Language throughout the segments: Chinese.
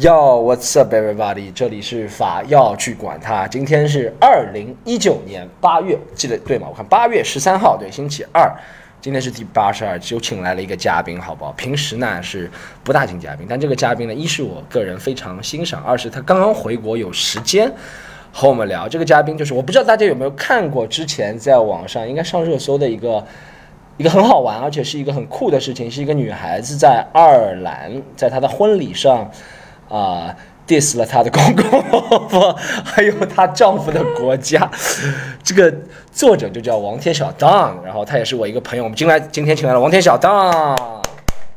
Yo, what's up, everybody？这里是法要去管它。今天是二零一九年八月，记得对吗？我看八月十三号，对，星期二。今天是第八十二期，我请来了一个嘉宾，好不好？平时呢是不大请嘉宾，但这个嘉宾呢，一是我个人非常欣赏，二是他刚刚回国有时间和我们聊。这个嘉宾就是我不知道大家有没有看过，之前在网上应该上热搜的一个一个很好玩，而且是一个很酷的事情，是一个女孩子在爱尔兰，在她的婚礼上，啊、diss 了她的公公 婆婆，还有她丈夫的国家。这个作者就叫王天小当，然后他也是我一个朋友，我们今来今天请来了王天小当。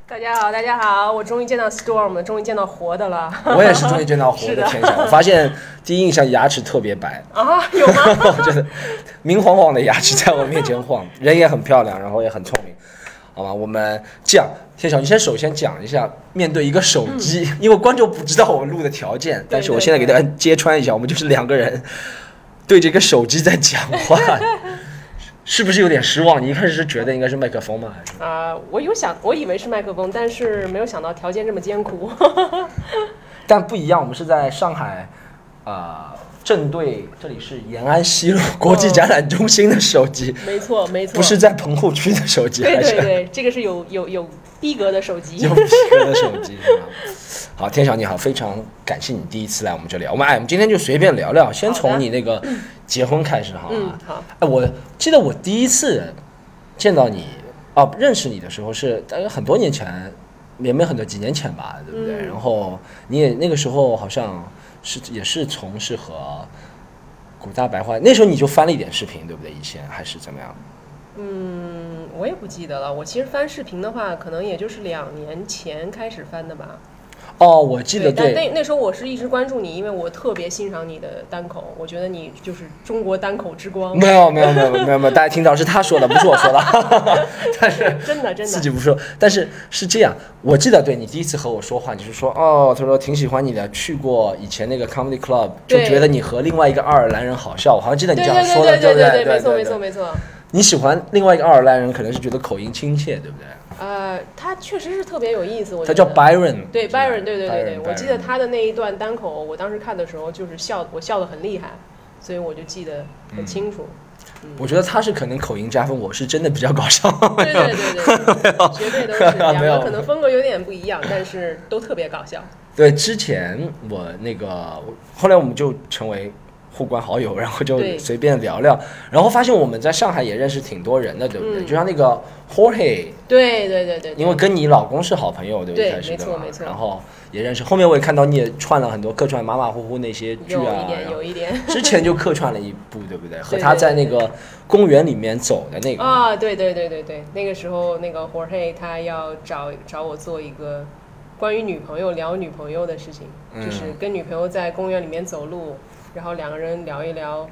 大家好，大家好，我终于见到 Storm 了，终于见到活的了。我也是终于见到活的天小，我发现第一印象牙齿特别白，啊，有吗？我觉得明晃晃的牙齿在我面前晃，人也很漂亮，然后也很聪明，好吧？我们这样，天晓，你先首先讲一下，面对一个手机，嗯因为观众不知道我们录的条件，但是我现在给大家揭穿一下，我们就是两个人对着一个手机在讲 话，是不是有点失望？你一开始是觉得应该是麦克风吗？还是啊、我有想，我以为是麦克风，但是没有想到条件这么艰苦。 但不一样，我们是在上海，呃，正对这里是延安西路国哦际展览中心的手机。没错，没错，不是在棚户区的手机，哦对还是对对，这个是有有有逼格的手机有。皮革的手机。是吧好，天晓你好，非常感谢你第一次来我们这里。我们哎，我们今天就随便聊聊，先好的从你那个结婚开始好嗯吗？，好，哎，我记得我第一次见到你哦，认识你的时候是大概很多年前，也没有很多几年前吧，对不对？嗯然后你也那个时候好像是也是从事和古大白话，那时候你就翻了一点视频，对不对？以前还是怎么样？嗯，我也不记得了。我其实翻视频的话，可能也就是两年前开始翻的吧。哦，我记得但那那时候我是一直关注你，因为我特别欣赏你的单口，我觉得你就是中国单口之光，没有没有没有没有没有，大家听到是他说的，不是我说的，但是真的真自的。己不说。但是是这样，我记得对你第一次和我说话，你是说哦，他说挺喜欢你的，去过以前那个 comedy club，就对觉得你和另外一个爱尔兰人好笑，我好像记得你对这对样对说的，对不对对？没错没对错对。没错。你喜欢另外一个爱尔兰人，可能是觉得口音亲切，对不对？呃，他确实是特别有意思，我他觉得叫 Byron，对是吧 Byron，对对对对， Byron，我记得 Byron 他的那一段单口，我当时看的时候就是笑，我笑得很厉害，所以我就记得很清楚。我觉得他是可能口音加分，我是真的比较搞笑。对对对对，对绝对都是两没嗯有个 可能风格有点不一样，但是都特别搞笑。对，之前我那个，我后来我们就成为互关好友，然后就对随便聊聊，然后发现我们在上海也认识挺多人的，对不对？嗯就像那个 Jorge，对对对对对，因为跟你老公是好朋友，对不对？一对开始没错的嘛没错然后也认识，后面我也看到你也串了很多客串，马马虎虎那些剧有一啊，点然后有一点之前就客串了一部，对 不对？和对他对在那对个公园里面走的那个，啊，对对对对对，那个时候那个 Jorge 他要找找我做一个关于女朋友聊女朋友的事情，嗯就是跟女朋友在公园里面走路，然后两个人聊一聊。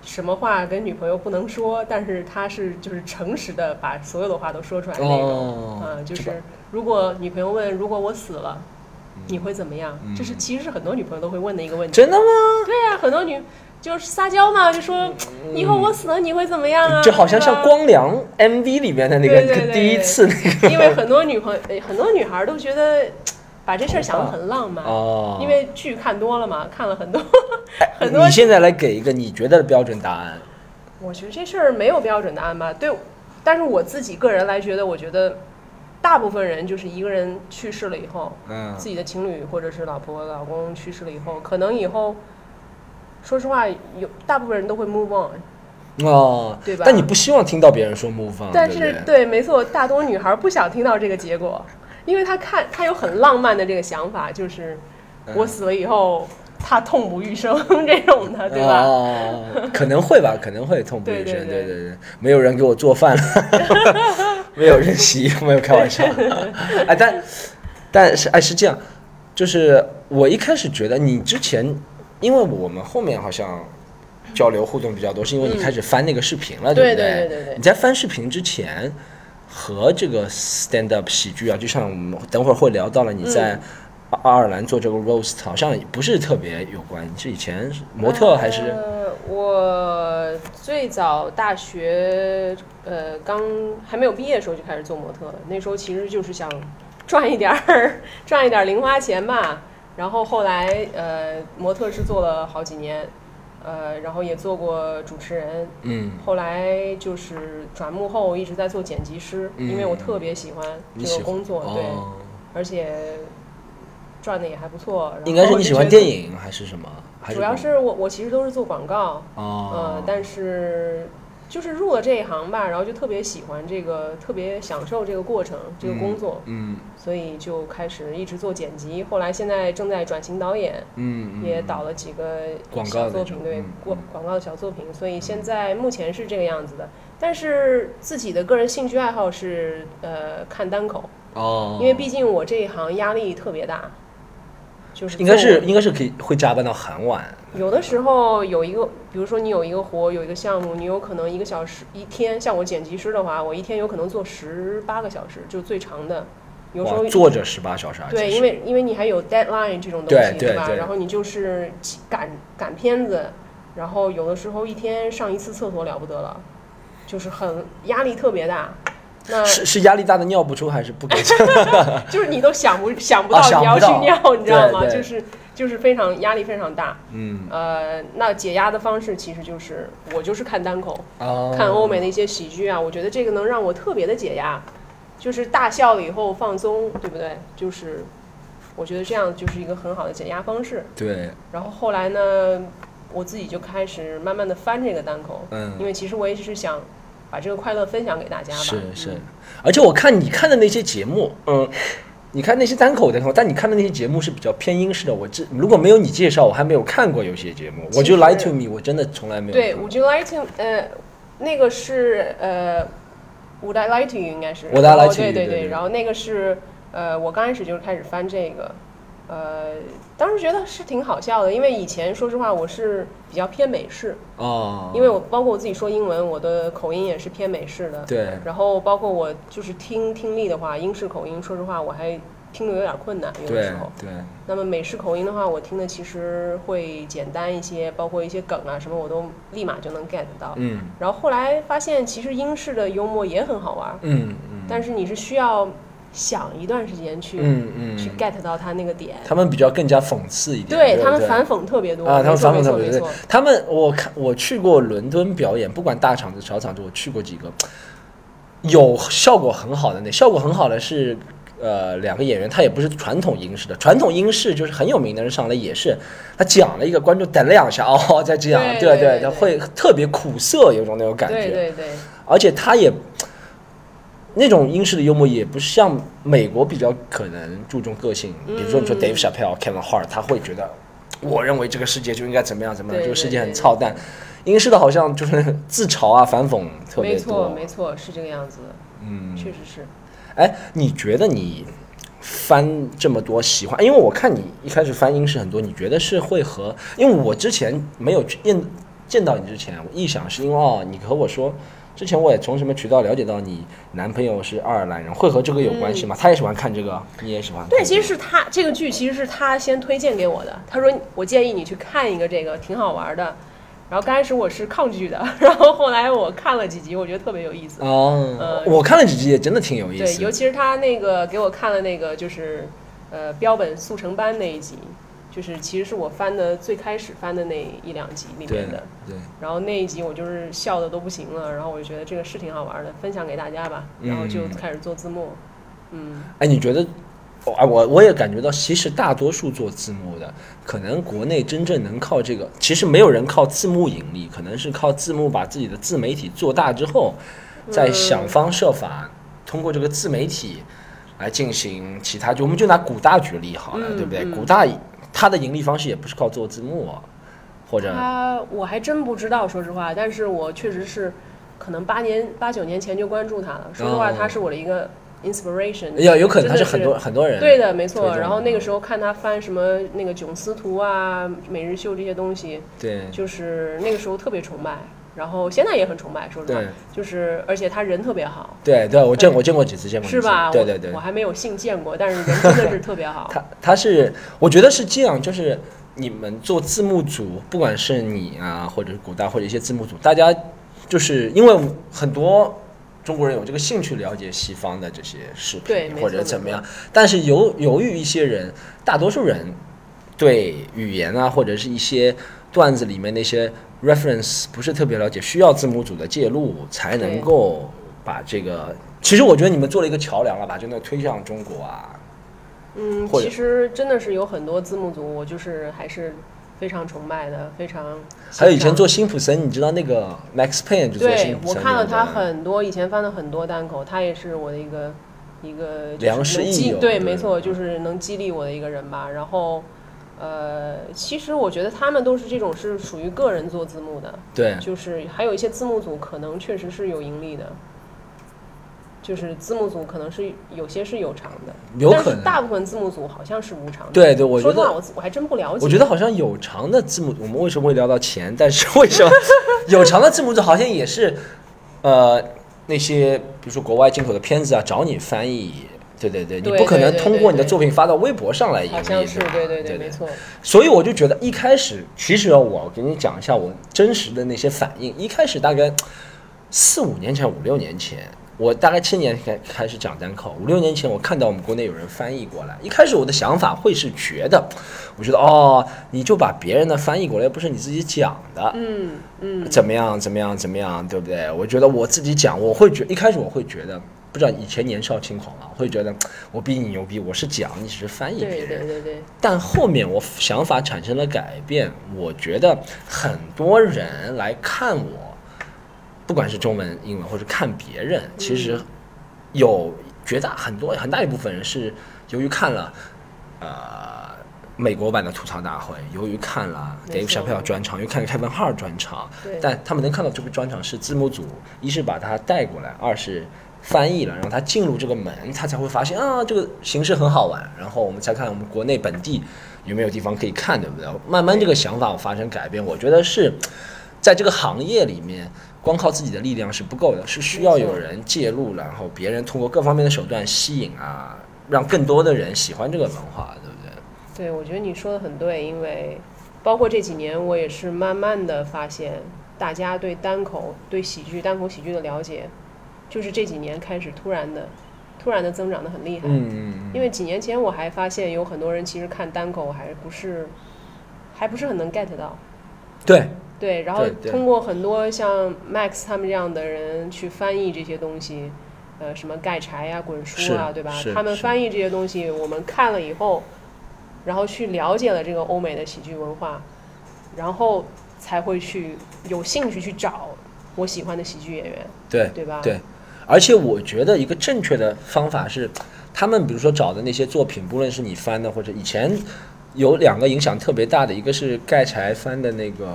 什么话跟女朋友不能说，但是他是就是诚实的把所有的话都说出来的那种，哦嗯，就这个是如果女朋友问如果我死了，你会怎么样？嗯这是其实是很多女朋友都会问的一个问题。真的吗？对呀、很多女就是撒娇嘛，就说以后我死了你会怎么样啊？嗯就好像对像吧光良 MV 里面的那个对对对第一次那个 因为很多女朋呃很多女孩都觉得把这事儿想得很浪漫，哦，因为剧看多了嘛，看了很多。 哎很多你现在来给一个你觉得的标准答案，我觉得这事儿没有标准答案吧，对。但是我自己个人来觉得，我觉得大部分人就是一个人去世了以后，嗯自己的情侣或者是老婆老公去世了以后，可能以后。说实话，有大部分人都会 move on，哦，对吧但你不希望听到别人说 move on，但嗯对是不对对，没错，大多女孩不想听到这个结果，因为她看她有很浪漫的这个想法，就是嗯我死了以后，她痛不欲生这种的，对吧？嗯哦，可能 会吧，可能会痛不欲对对生，对对对对，没有人给我做饭了， 没有人洗衣服，没有开 玩笑，哎，但但是哎是这样，就是我一开始觉得你之前，因为我们后面好像。交流互动比较多，是因为你开始翻那个视频了，对不对对对对你在翻视频之前，和这个 stand up 喜剧啊，就像我们等会儿会聊到了，你嗯在爱尔兰做这个 roast 好像也不是特别有关，你是以前是模特还是？呃，我最早大学呃刚还没有毕业的时候就开始做模特了，那时候其实就是想赚一点儿赚一点儿零花钱吧，然后后来呃，模特是做了好几年，呃，然后也做过主持人，嗯，后来就是转幕后一直在做剪辑师，嗯因为我特别喜欢你这喜个欢工作，对，哦，而且赚的也还不错。然后应该是你喜欢就觉得电，影还是什么？还主要是我我其实都是做广告，哦呃，，但是就是入了这一行吧，然后就特别喜欢这个，特别享受这个过程，这个工作，嗯所以就开始一直做剪辑。后来现在正在转型导演，嗯嗯也导了几个广告小那作种品，对嗯广广告的小作品，所以现在目前是这个样子的。但是自己的个人兴趣爱好是呃看单口，哦，因为毕竟我这一行压力特别大，就是应该做是应该是可以会加班到很晚，有的时候有一个，比如说你有一个活，有一个项目，你有可能一个小时一天，像我剪辑师的话，我一天有可能做十八个小时，就最长的，有时候哇坐着十八小时啊，其对，实因为因为你还有 deadline 这种东对西，对吧？对然后你就是赶赶片子，然后有的时候一天上一次厕所了不得了，就是很压力特别大。那是是压力大的尿不出还是不 给讲？就是你都想不想不啊到想你要不去到尿，你知道吗？对对就是就是非常压力非常大。嗯呃，那解压的方式其实就是我就是看单口，哦，看欧美的一些喜剧啊，我觉得这个能让我特别的解压，就是大笑了以后放松，对不对？就是我觉得这样就是一个很好的解压方式。对，然后后来呢，我自己就开始慢慢的翻这个单口，因嗯为其实我也是想把这个快乐分享给大家吧。是是嗯，而且我看你看的那些节目，嗯。你看那些单口的，但你看的那些节目是比较偏英式的。我这如果没有你介绍，我还没有看过有些节目。我其就实 Lie to Me，我真的从来没有对看过，Would you like to？呃，那个是呃，Would I like to you？应该是 Would I 然后 like to 对 you，对对对然后那个是呃，我刚开始就是开始翻这个，呃，当时觉得是挺好笑的，因为以前说实话我是比较偏美式，哦，因为我包括我自己说英文，我的口音也是偏美式的。对然后包括我就是听听力的话，英式口音，说实话我还听得有点困难，有的对时候。对，那么美式口音的话，我听的其实会简单一些，包括一些梗啊什么，我都立马就能 get 到。嗯然后后来发现，其实英式的幽默也很好玩，嗯嗯但是你是需要想一段时间去、嗯去嗯， get 到他那个点。他们比较更加讽刺一点，对对他们对反讽特别多啊，他没们错反没讽特错别没对错，，他们我看我去过伦敦表演，不管大场子小场子，我去过几个，有效果很好的那效果很好的是。呃，两个演员他也不是传统英式的，传统英式就是很有名的人上来也是，他讲了一个观众等了两下，哦，再这样，对对对对他会对特别苦涩，有种那种感觉。对对对，而且他也那种英式的幽默，也不像美国比较可能注重个性。嗯比如说你说 Dave Chappelle、Kevin Hart，他会觉得我认为这个世界就应该怎么样怎么样，对这个世界很对对操蛋。英式的好像就是自嘲啊、反讽特没别错多。没错，是这个样子的，嗯，确实是。哎，你觉得你翻这么多喜欢？因为我看你一开始翻英式很多，你觉得是会和？因为我之前没有去见见到你之前，我臆想是因为哦，你和我说。之前我也从什么渠道了解到你男朋友是爱尔兰人，会和这个有关系吗？他也喜欢看这个，你也喜欢看这个。嗯对，其实是他这个剧，其实是他先推荐给我的。他说：“我建议你去看一个这个，挺好玩的。”然后刚开始我是抗拒的， 然后后来我看了几集，我觉得特别有意思。哦、呃我看了几集也真的挺有意对，思。尤其是他那个给我看了那个就是呃标本速成班那一集，就是其实是我翻的最开始翻的那一两集里对面的。对，然后那一集我就是笑的都不行了，然后我就觉得这个是挺好玩的，分享给大家吧。然后就嗯开始做字幕，嗯哎，你觉得？哦哎，我我也感觉到，其实大多数做字幕的，可能国内真正能靠这个，其实没有人靠字幕盈利，可能是靠字幕把自己的自媒体做大之后，嗯再想方设法通过这个自媒体来进行其他。就我们就拿古大举例好了，嗯对不对？嗯古大它的盈利方式也不是靠做字幕、啊，或者他我还真不知道，说实话，但是我确实是，可能八年八九年前就关注他了。说实话，哦他是我的一个 inspiration。有有可能它真的很多很多人对的，没推错。动然后那个时候看他翻什么那个囧司图啊、每日秀这些东西，对就是那个时候特别崇拜，然后现在也很崇拜。说实话对，就是而且他人特别好，对对，我见我见过几次，见过几次，是吧？对我对对我，还没有幸见过，但是人真的是 特别好。他他是，我觉得是这样，就是你们做字幕组，不管是你啊，或者是古大，或者一些字幕组，大家就是因为很多中国人有这个兴趣了解西方的这些视对频没错或者怎么样，但是由由于一些人，大多数人对语言啊，或者是一些段子里面那些 reference 不是特别了解，需要字幕组的介入才能对够把这个。其实我觉得你们做了一个桥梁了，把真的推向中国啊。嗯，或者其实真的是有很多字幕组，我就是还是非常崇拜的，非常还有以前欣赏做辛普森，你知道那个 Max Payne 就做辛对普我森，看了对不对他很多以前翻的很多单口，他也是我的一个一个就是良师能益激友对，对嗯没错，就是能激励我的一个人吧。然后呃，其实我觉得他们都是这种是属于个人做字幕的，对，就是还有一些字幕组可能确实是有盈利的，就是字幕组可能是有些是有偿的，有可但能是大部分字幕组好像是无偿的。对对，我觉说实话，得我自我还真不了解。我觉得好像有偿的字幕，我们为什么会聊到钱？但是为 什么有偿的字幕组好像也是，呃，那些比如说国外进口的片子啊，找你翻译，对对对，你对不可对能对通对过你的对作品发到微博上来盈利，好像是吧对对对，没。错，所以我就觉得一开始，其实啊我给你讲一下我真实的那些反应。一开始大概四五年前、五六年前，我大概七年开开始讲单口，五六年前我看到我们国内有人翻译过来，一开始我的想法会是觉得，我觉得哦，你就把别人的翻译过来，又不是你自己讲的，嗯嗯，怎么样，怎么样，怎么样，对不对？我觉得我自己讲，我会觉一开始我会觉得。不知道以前年少轻狂啊，我会觉得我比你牛逼，我是讲，你只是翻译别人对。对对对，但后面我想法产生了改变，我觉得很多人来看我，不管是中文、英文，或者看别人，其实有绝大很多很大一部分人是由于看了，呃，美国版的吐槽大会，由于看了没 Dave 错 Chappelle 专场，又看了凯文哈尔专场对，但他们能看到这个专场是字幕组一是把它带过来，二是翻译了，然后他进入这个门，他才会发现啊，这个形式很好玩，然后我们再看我们国内本地有没有地方可以看，对不对？慢慢这个想法我发生改变，我觉得是在这个行业里面。光靠自己的力量是不够的，是需要有人介入，然后别人通过各方面的手段吸引啊，让更多的人喜欢这个文化，对不对？对，我觉得你说的很对，因为包括这几年，我也是慢慢的发现，大家对单口、对喜剧、单口喜剧的了解，就是这几年开始突然的、突然的增长的很厉害。嗯，因为几年前我还发现有很多人其实看单口还不是，还不是很能 get 到。对，对，然后对对通过很多像 Max 他们这样的人去翻译这些东西，呃，什么盖柴呀、滚是书啊，对吧是？他们是翻译这些东西，我们看了以后，然后去了解了这个欧美的喜剧文化，然后才会去有兴趣去找我喜欢的喜剧演员，对，对吧？对，而且我觉得一个正确的方法是，他们比如说找的那些作品，不论是你翻的或者以前有两个影响特别大的，一个是盖柴翻的那个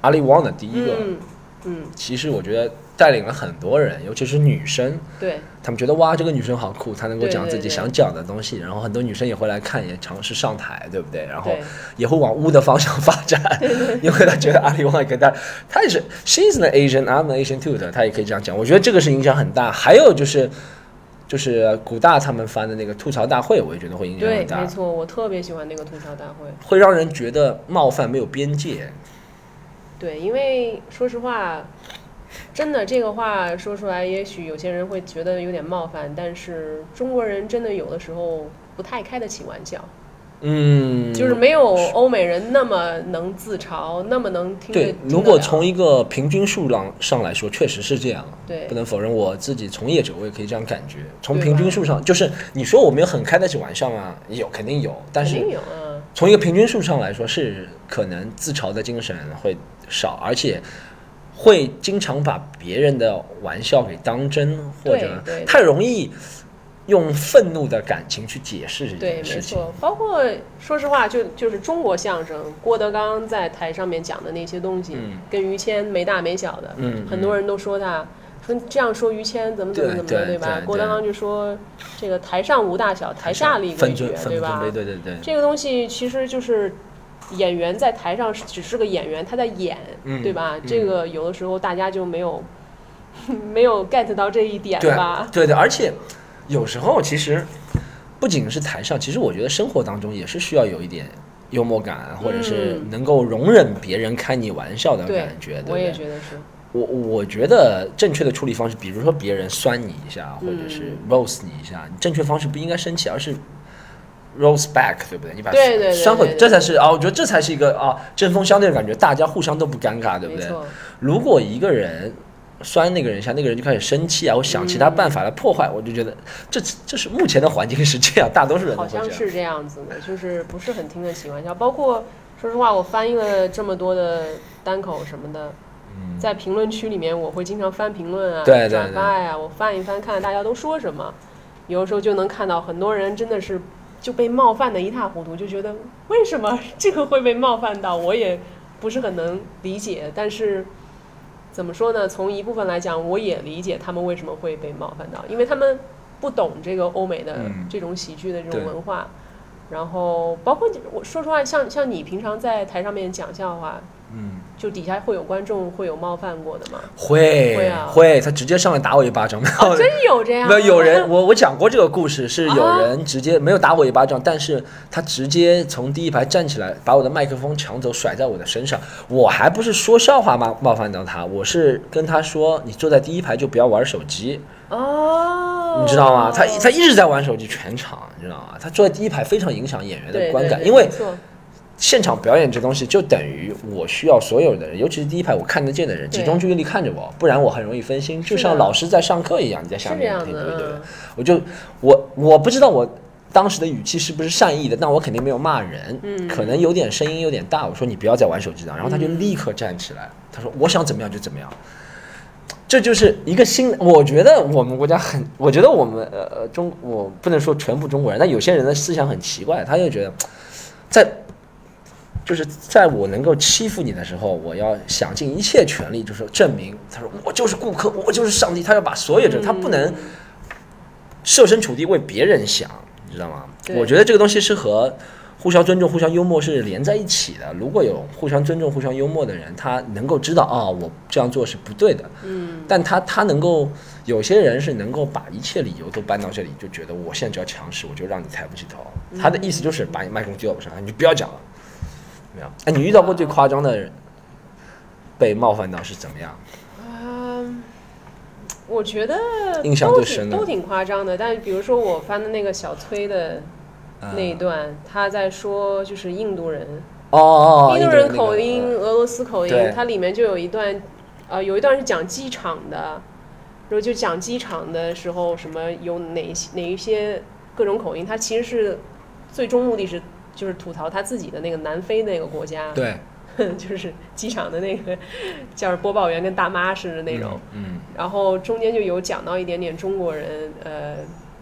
阿里旺的第一个，嗯嗯，其实我觉得带领了很多人，尤其是女生，对他们觉得哇，这个女生好酷，她能够对讲对自己对想讲的东西，然后很多女生也会来看，也尝试上台，对不对？然后对也会往污的方向发 展，因为他觉得阿里旺跟他，他也是 she's an Asian，I'm an Asian too 的，他也可以这样讲。我觉得这个是影响很大。还有就是，就是古大他们翻的那个吐槽大会，我也觉得会影响很对，没大，错，我特别喜欢那个吐槽大会。会让人觉得冒犯没有边界。对，因为说实话，真的这个话说出来，也许有些人会觉得有点冒犯，但是中国人真的有的时候不太开得起玩笑，嗯，就是没有欧美人那么能自嘲，那么能听得对听，得如果了从一个平均数量上来说，确实是这样。对不能否认我自己从业者，我也可以这样感觉。从对平吧均数上，就是你说我没有很开得起玩笑吗？有，肯定有，但肯是定有啊，从一个平均数上来说，是可能自嘲的精神会少，而且会经常把别人的玩笑给当真，或者对对太容易用愤怒的感情去解释这对，件没事情。错。包括说实话，就就是中国相声，郭德纲在台上面讲的那些东西，嗯跟于谦没大没小的，嗯很多人都说他。说这样说于谦怎么怎么对怎么的，对吧？对郭德纲就说这个台上无大小，台下立规分矩尊，分对吧？分对对对对，这个东西其实就是演员在台上只是个演员，他在演，嗯对吧？嗯这个有的时候大家就没有 没有 get 到这一点对啊吧？对的，而且有时候其实不仅是台上，其实我觉得生活当中也是需要有一点。幽默感，或者是嗯能够容忍别人开你玩笑的对感觉，对不我对也觉得是，我我觉得正确的处理方式，比如说嗯别人酸你一下，或者是 roast 你一下，你正确方式不应该生气，而是 rolls back，对不对？你把对对对相对混，对这才是啊，我觉得这才是一个啊针锋相对的感觉，大家互相都不尴尬，对不没对？错，如果一个人酸那个人一下，那个人就开始生气啊，我想其他嗯办法来破坏，我就觉得这这是目前的环境是这样，大多数人都好会这样像。是这样子的，就是不是很听得起玩笑。包括说实话，我翻译了这么多的单口什么的，在评论区里面，我会经常翻评论啊、嗯对对转对发呀、我翻一翻，看看大家都说什么。有的时候就能看到很多人真的是就被冒犯的一塌糊涂，就觉得为什么 这个会被冒犯到，我也不是很能理解。但是怎么说呢？从一部分来讲，我也理解他们为什么会被冒犯到，因为他们不懂这个欧美的嗯这种喜剧的这对种文化。然后，包括我说实话，像像你平常在台上面讲笑话，嗯，就底下会有观众会有冒犯过的吗？会会啊他直接上来打我一巴掌，没有、真有这样哦没的有有吗？人，我我讲过这个故事，是有啊人直接没有打我一巴掌，但是他直接从第一排站起来，把我的麦克风抢走，甩在我的身上。我还不是说笑话冒冒犯到他，我是跟他说，你坐在第一排就不要玩手机，哦，你知道吗？他他一直在玩手机，全场你知道吗？他坐在第一排非常影响演员对的观感，对对因为没错现场表演这东西就等于我需要所有的人，尤其是第一排我看得见的人，对集中注意力看着我，不然我很容易分心，就是像的老师在上课一样，你在下是这面样听，的对不对？嗯我就我我不知道我当时的语气是不是善意的，但我肯定没有骂人，可能有点声音有点大，我说你不要再玩手机了，然后他就立刻站起来，他说我想怎么样就怎么样。这就是一个新，我觉得我们国家很，我觉得我们呃呃中，我不能说全部中国人，但有些人的思想很奇怪，他就觉得，在就是在我能够欺负你的时候，我要想尽一切全力，就是证明他说我就是顾客，我就是上帝，他要把所有这，他不能设身处地为别人想，你知道吗？对我觉得这个东西是和互相尊重、互相幽默是连在一起的。如果有互相尊重、互相幽默的人，他能够知道啊、我这样做是不对的。嗯，但他他能够有些人是能够把一切理由都搬到这里，就觉得我现在就要强势，我就让你抬不起头。他的意思就是把你麦克风丢到我身上，你就不要讲了。没有，哎，你遇到过最夸张的被冒犯到是怎么样？嗯，我觉得印象都最挺深的都挺夸张的。但是比如说我翻的那个小崔的嗯呃那一段，他在说就是印度人，哦哦，哦印度那人个口音、俄罗斯口音对，它里面就有一段，呃，有一段是讲机场的，然后就讲机场的时候，什么有哪一些哪一些各种口音，它其实是最终目的是就是吐槽他自己的那个南非那个国家，嗯对， 就是机场的那个叫播报员跟大妈似的那种。嗯，然后中间就有讲到一点点中国人，呃，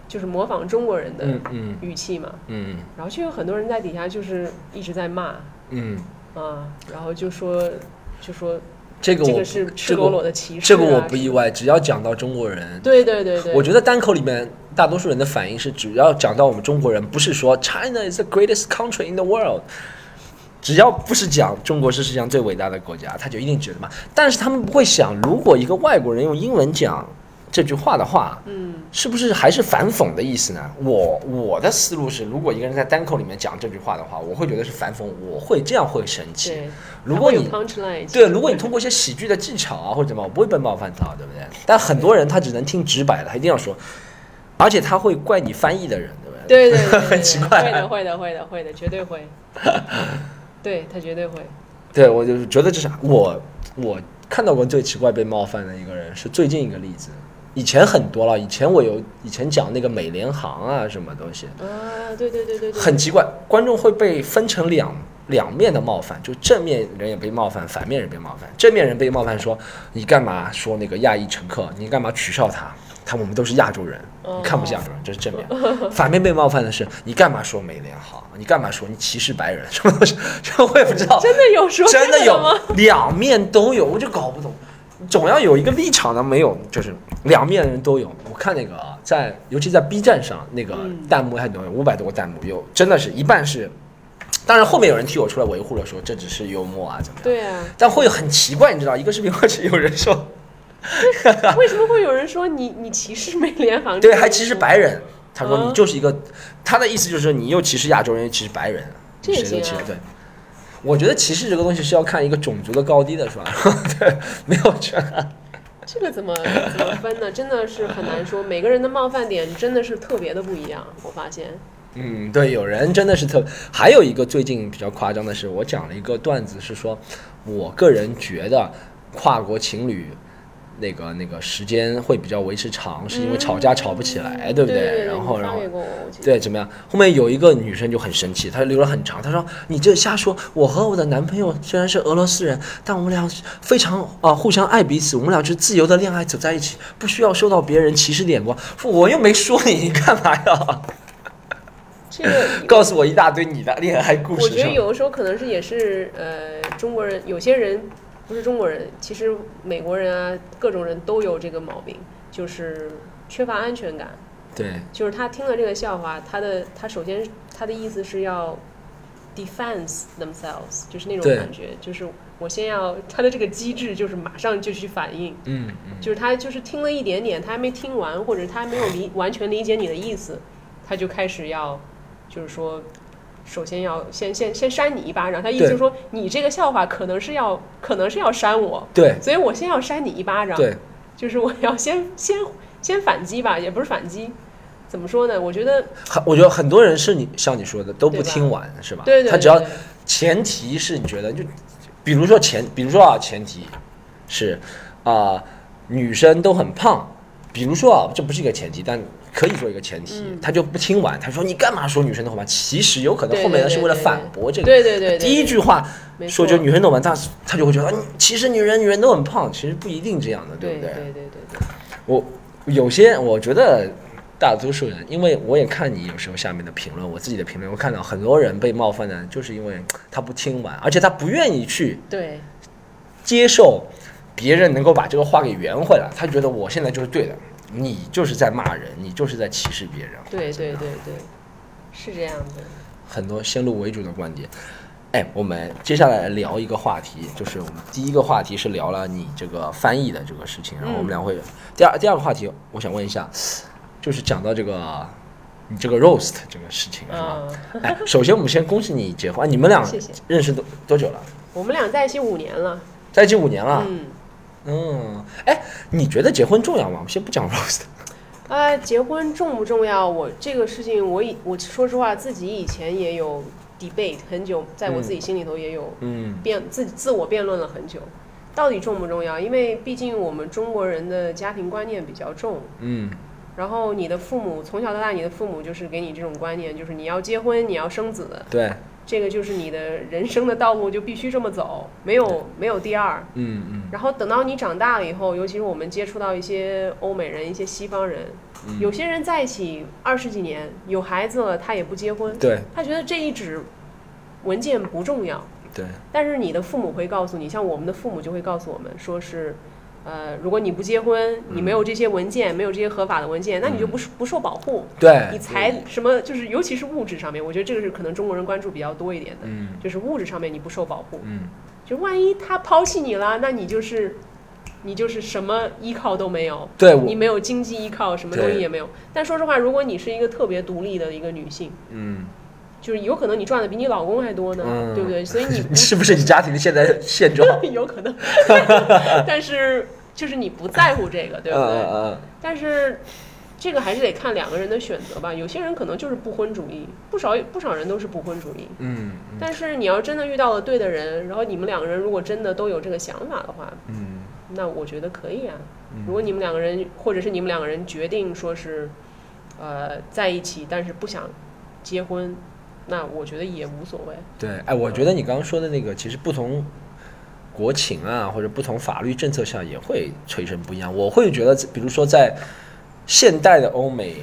就是模仿中国人的嗯嗯语气嘛。嗯然后就有很多人在底下就是一直在骂嗯嗯，啊，然后就说就说这个这我个是赤这个裸裸我的歧视、啊这个我不意外，只要讲到中国人，对对对对，我觉得单口里面大多数人的反应是，只要讲到我们中国人，不是说 China is the greatest country in the world。只要不是讲中国是世界上最伟大的国家，他就一定觉得嘛。但是他们不会想，如果一个外国人用英文讲这句话的话，嗯，是不是还是反讽的意思呢？我我的思路是，如果一个人在单口里面讲这句话的话，我会觉得是反讽，我会这样会生气。对，如果它会有你 punchline，对，如果你通过一些喜剧的技巧啊或者怎么，我不会被冒犯到，对不对？但很多人他只能听直白的，他一定要说，而且他会怪你翻译的人，对不对？对对对对 很奇怪对对会的会的会的会的，绝对会，对他绝对会，对，我就是觉得这是我我看到过最奇怪被冒犯的一个人是最近一个例子，以前很多了，以前我有以前讲那个美联航啊什么东西，啊，对对对对对，很奇怪，观众会被分成两两面的冒犯，就正面人也被冒犯，反面人被冒犯。正面人被冒犯说你干嘛说那个亚裔乘客，你干嘛取笑他？他我们都是亚洲人，哦你看不起亚洲人，这是正面。反面被冒犯的是你干嘛说美联航？你干嘛说你歧视白人？ 什么东西？这我也不知道，真的有 说真的的有吗？两面都有，我就搞不懂，总要有一个立场的，没有就是两面的人都有。我看那个啊，在尤其在 B 站上那个嗯弹幕还多，五百多个弹幕有，真的是一半是，当然后面有人替我出来维护了，说这只是幽默啊怎么样，对啊，但会很奇怪，你知道，一个视频会是有人说 为什么会有人说你你歧视美联航？对，还歧视白人，他说啊你就是一个，他的意思就是你又歧视亚洲人，又歧视白人，这也谁都行啊歧视对。我觉得歧视这个东西是要看一个种族的高低的，是吧？ 对，没有这这个怎么怎么分呢？真的是很难说，每个人的冒犯点真的是特别的不一样。我发现，嗯，对，有人真的是特。还有一个最近比较夸张的是，我讲了一个段子，是说我个人觉得跨国情侣那个那个时间会比较维持长，是因为吵架吵不起来，对不对嗯对然后你然发后给过我，我记得。对，怎么样？后面有一个女生就很生气，她留了很长，她说：“你这瞎说！我和我的男朋友虽然是俄罗斯人，但我们俩非常啊、呃互相爱彼此，我们俩就自由的恋爱走在一起，不需要受到别人歧视的眼光。”说我又没说你，你干嘛呀？这个告诉我一大堆你的恋爱故我事觉是得吗？有的时候可能是也是呃，中国人有些人不是中国人，其实美国人啊，各种人都有这个毛病，就是缺乏安全感。对，就是他听了这个笑话，他的他首先他的意思是要 defense themselves，就是那种对感觉，就是我先要他的这个机制就是马上就去反应，嗯嗯，就是他就是听了一点点，他还没听完，或者他还没有理完全理解你的意思，他就开始要，就是说，首先要先先先扇你一巴掌。他意思对就是说，你这个笑话可能是要可能是要扇我，对所以我先要扇你一巴掌。对，就是我要先先先反击吧，也不是反击，怎么说呢？我觉得很我觉得很多人是你像你说的都不对吧听完是吧？对对对他只要对前提是你觉得就，比如说前，比如说啊，前提是啊、女生都很胖，比如说啊，这不是一个前提，但可以做一个前提，嗯他就不听完，他说你干嘛说女生都很胖？其实有可能对后面对呢对是为了对反驳这个。对对对对，第一句话没说错就女生都很胖，但是他就会觉得，嗯其实女人女人都很胖，其实不一定这样的，对不对对对对，我有些我觉得大多数人，因为我也看你有时候下面的评论，我自己的评论，我看到很多人被冒犯的，就是因为他不听完，而且他不愿意去对接受别人能够把这个话给圆回来，他觉得我现在就是对的，你就是在骂人，你就是在歧视别人，对对对对，是这样的。很多先入为主的观点。哎，我们接下来聊一个话题，就是我们第一个话题是聊了你这个翻译的这个事嗯情，然后我们俩会第二第二个话题，我想问一下，就是讲到这个你这个 roast 这个事情是吧？嗯，哎，首先我们先恭喜你结婚，你们俩 谢谢认识多多久了？我们俩在一起五年了，在一起五年了。嗯。嗯，哎，你觉得结婚重要吗？我们先不讲 roast。呃，结婚重不重要？我这个事情，我以我说实话，自己以前也有 debate 很久，在我自己心里头也有嗯辩、自自我辩论了很久，到底重不重要？因为毕竟我们中国人的家庭观念比较重，嗯然后你的父母从小到大，你的父母就是给你这种观念，就是你要结婚，你要生子，对，这个就是你的人生的道路就必须这么走，没有没有第二。嗯嗯然后等到你长大了以后，尤其是我们接触到一些欧美人、一些西方人，有些人在一起二十几年，有孩子了，他也不结婚，对他觉得这一纸文件不重要。对但是你的父母会告诉你，像我们的父母就会告诉我们，说是，呃，如果你不结婚，你没有这些文件，没有这些合法的文件，那你就不是不受保护，哎对，你财什么就是，尤其是物质上面，我觉得这个是可能中国人关注比较多一点的，嗯就是物质上面你不受保护，嗯就万一他抛弃你了，那你就是，你就是什么依靠都没有，对我你没有经济依靠，什么东西对也没有。但说实话，如果你是一个特别独立的一个女性，嗯。就是有可能你赚的比你老公还多呢，嗯对 不对？所以你 不是不是你家庭的现在现状？有可 能，但是就是你不在乎这个， 对不对？嗯但是这个还是得看两个人的选择吧。有些人可能就是不婚主义，不少不少人都是不婚主义。嗯嗯但是你要真的遇到了对的人，然后你们两个人如果真的都有这个想法的话，嗯那我觉得可以啊。如果你们两个人，或者是你们两个人决定说是，呃，在一起，但是不想结婚，那我觉得也无所谓。对，哎，我觉得你刚刚说的那个，其实不同国情啊，或者不同法律政策下也会催生不一样。我会觉得，比如说在现代的欧美，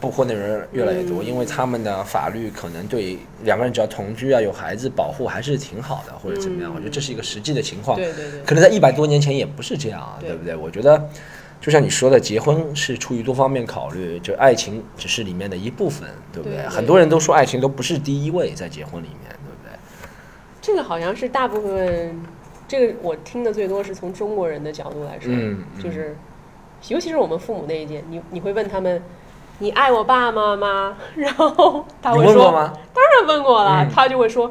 不婚的人越来越多，因为他们的法律可能对两个人只要同居啊、有孩子保护还是挺好的，或者怎么嗯样。我觉得这是一个实际的情况。对对对，可能在一百多年前也不是这样啊，对对不对？我觉得，就像你说的，结婚是出于多方面考虑，就爱情只是里面的一部分，对不对对很多人都说爱情都不是第一位在结婚里面，对不对？这个好像是大部分，这个我听的最多是从中国人的角度来说，嗯嗯就是尤其是我们父母那一届，你你会问他们。你啊爱我爸妈吗？然后他 你会问说过吗？当然问过了，嗯他就会说，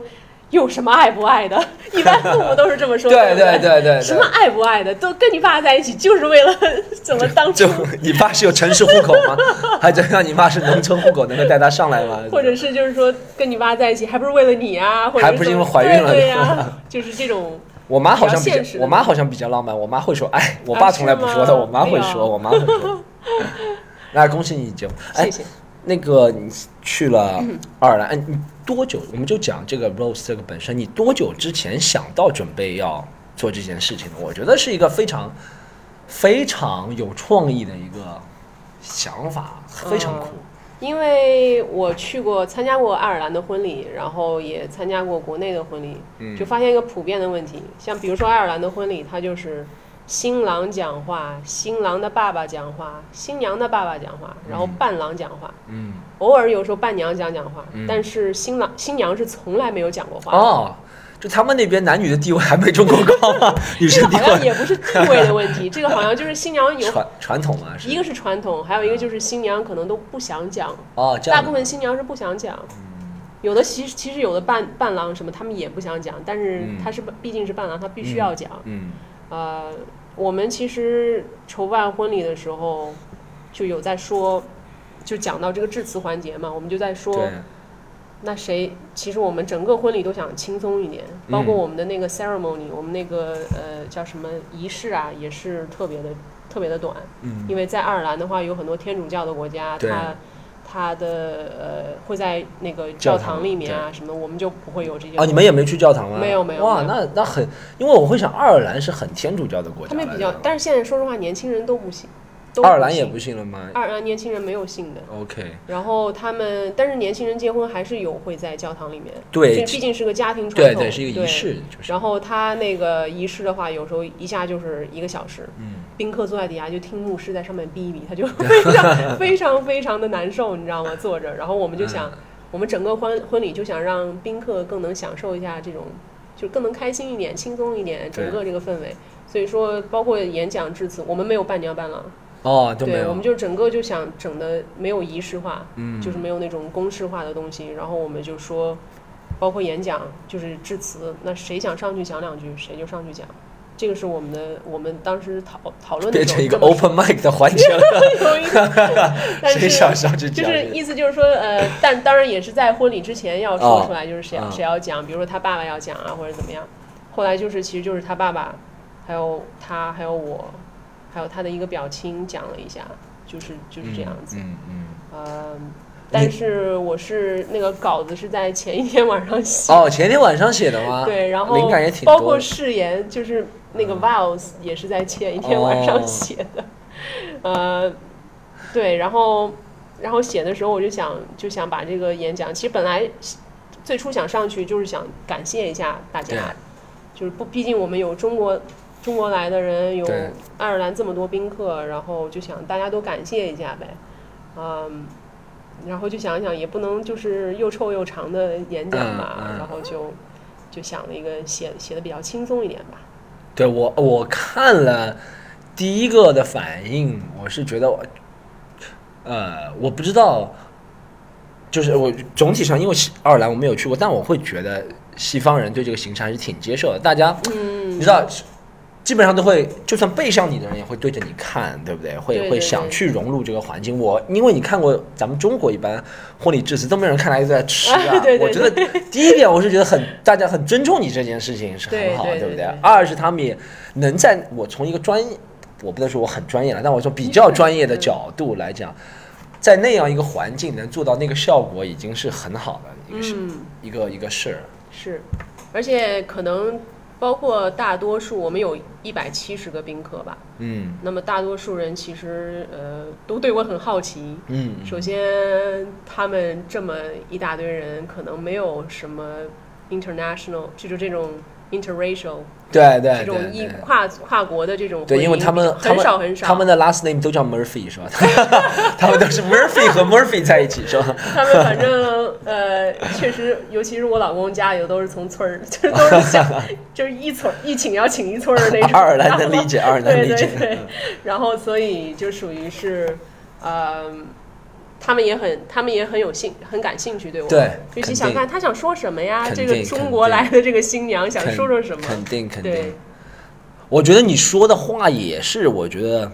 有什么爱不爱的？ 一般父母都是这么说，对对对不对对对什么爱不爱的，都跟你爸在一起就是为了 怎么当初就，你爸是有城市户口 吗？还真让你爸是农村户口，能够带他上来吗？或者是就是说跟你爸在一起还不是为了你啊，或者还不是怎因为么怀孕了对对呀、 就是这种。我妈好像比比较现实较，的我妈好像比较浪漫，我妈会说爱，我爸从来不说是的，吗我妈会哎说，呦我妈会 说。那恭喜你就，哎谢，谢。那个你去了嗯爱尔兰，哎，你多久？我们就讲这个 Rose 这个本身，你多久之前想到准备要做这件事情的？我觉得是一个非常非常有创意的一个想法，非常酷。嗯因为我去过参加过爱尔兰的婚礼，然后也参加过国内的婚礼，嗯就发现一个普遍的问题，像比如说爱尔兰的婚礼，它就是新郎讲话，新郎的爸爸讲话，新娘的爸爸讲话，然后伴郎讲话，嗯，偶尔有时候伴娘讲讲话，嗯但是新郎新娘是从来没有讲过话的。哦，就他们那边男女的地位还没中国高 吗？女这生地个好像位也不是地位的 问题，这个好像就是新娘有传传统嘛是一个是传统，还有一个就是新娘可能都不想讲，哦，这样大部分新娘是不想讲，嗯有的其实其实有的伴伴郎什么他们也不想讲，但是嗯他是毕竟是伴郎，他必须要讲。嗯呃，我们其实筹办婚礼的时候就有在说，就讲到这个致辞环节嘛，我们就在说，对那谁其实我们整个婚礼都想轻松一点，包括嗯我们的那个 ceremony，、我们那个呃叫什么仪式啊，也是特别的特别的短。嗯因为在爱尔兰的话，有很多天主教的国家，对它它的呃会在那个教教堂堂里面啊什么，我们就不会有这些。哦，你们也没去教堂吗？没有没有哇，没那那很，因为我会想爱尔兰是很天主教的国家他来们着，比较，但是现在说实话，年轻人都不信，都爱尔兰也信不信了吗爱尔呃兰年轻人没有信的。 ？OK，然后他们，但是年轻人结婚还是有会在教堂里面，对这毕竟是个家庭传对统，对，是一个仪式，就是然后他那个仪式的话，有时候一下就是一个小时，嗯，宾客坐在底下就听牧师在上面哔一哔，他就 非常非常非常的难受，你知道吗？坐着，然后我们就想，我们整个婚婚礼就想让宾客更能享受一下这种，就更能开心一点、轻松一点，整个这个氛围。所以说，包括演讲致辞，我们没有伴娘伴郎，哦都没对，我有们，就整个就想整的没有仪式化，嗯，就是没有那种公式化的东西。然后我们就说，包括演讲，就是致辞，那谁想上去讲两句，谁就上去讲。这个是我们的，我们当时讨讨论的变时候成一个这么 open mic 的环节了，有一 个， 但谁想是上去就讲是这个？意思就是说，呃，但当然也是在婚礼之前要说哦出来，就是谁要、嗯谁要讲，比如说他爸爸要讲啊，或者怎么样。后来就是其实就是他爸爸，还有他，还有我，还有他的一个表亲讲了一下，就是就是这样子。嗯嗯。嗯嗯，但是我是那个稿子是在前一天晚上写，哦，前天晚上写的吗？ 对，然后灵感也挺多的。嗯包括誓言，就是那个 vows 也是在前一天晚哦上写的，呃，对，然后然后写的时候我就想就想把这个演讲，其实本来最初想上去就是想感谢一下大对啊家，就是不，毕竟我们有中国。中国来的人有对爱尔兰这么多宾客，然后就想大家都感谢一下呗，嗯，然后就想一想也不能就是又臭又长的演讲吧，嗯嗯然后就就想了一个写写的比较轻松一点吧。对我我看了第一个的反应，我是觉得我，呃，我不知道，就是我总体上因为西爱尔兰我没有去过，但我会觉得西方人对这个形式还是挺接受的，大家嗯，你知道，基本上都会，就算背向你的人也会对着你看，对不对？会对对会对想去融入这个环境。我因为你看过咱们中国一般婚礼致辞，都没有人看来在吃啊。 啊对对我觉得第一点，我是觉得很大家很尊重你这件事情是很好，啊对对不对对二是他们也能在我从一个专业，我不能说我很专业了，但我从比较专业的角度来讲，在那样一个环境能做到那个效果，已经是很好的一个事，嗯，一个一个事儿。是，而且可能包括大多数，我们有一百七十个宾客吧，嗯那么大多数人其实呃都对我很好奇。嗯，首先，他们这么一大堆人，可能没有什么 international，就是这种 interracial 对对对这种哎对一。跨跨国的这种婚对，姻因为他们他很们少很少，他们的 last name 都叫 Murphy 是吧？ 他们都是 Murphy 和 Murphy 在一起是吧？他们反正呃，确实，尤其是我老公家里的都是从村儿， 就是都是 想，就是一村儿一请要请一村儿的那种。爱尔兰能理解，爱尔兰能理对对 解。对，然后所以就属于是，嗯、他们也很，他们也很有兴，很感兴趣对我。对尤肯其想定看他想说什么呀？肯这个定肯中国定来的这个新娘想肯说说什么？肯定肯对定。，我觉得你说的话也是，我觉得，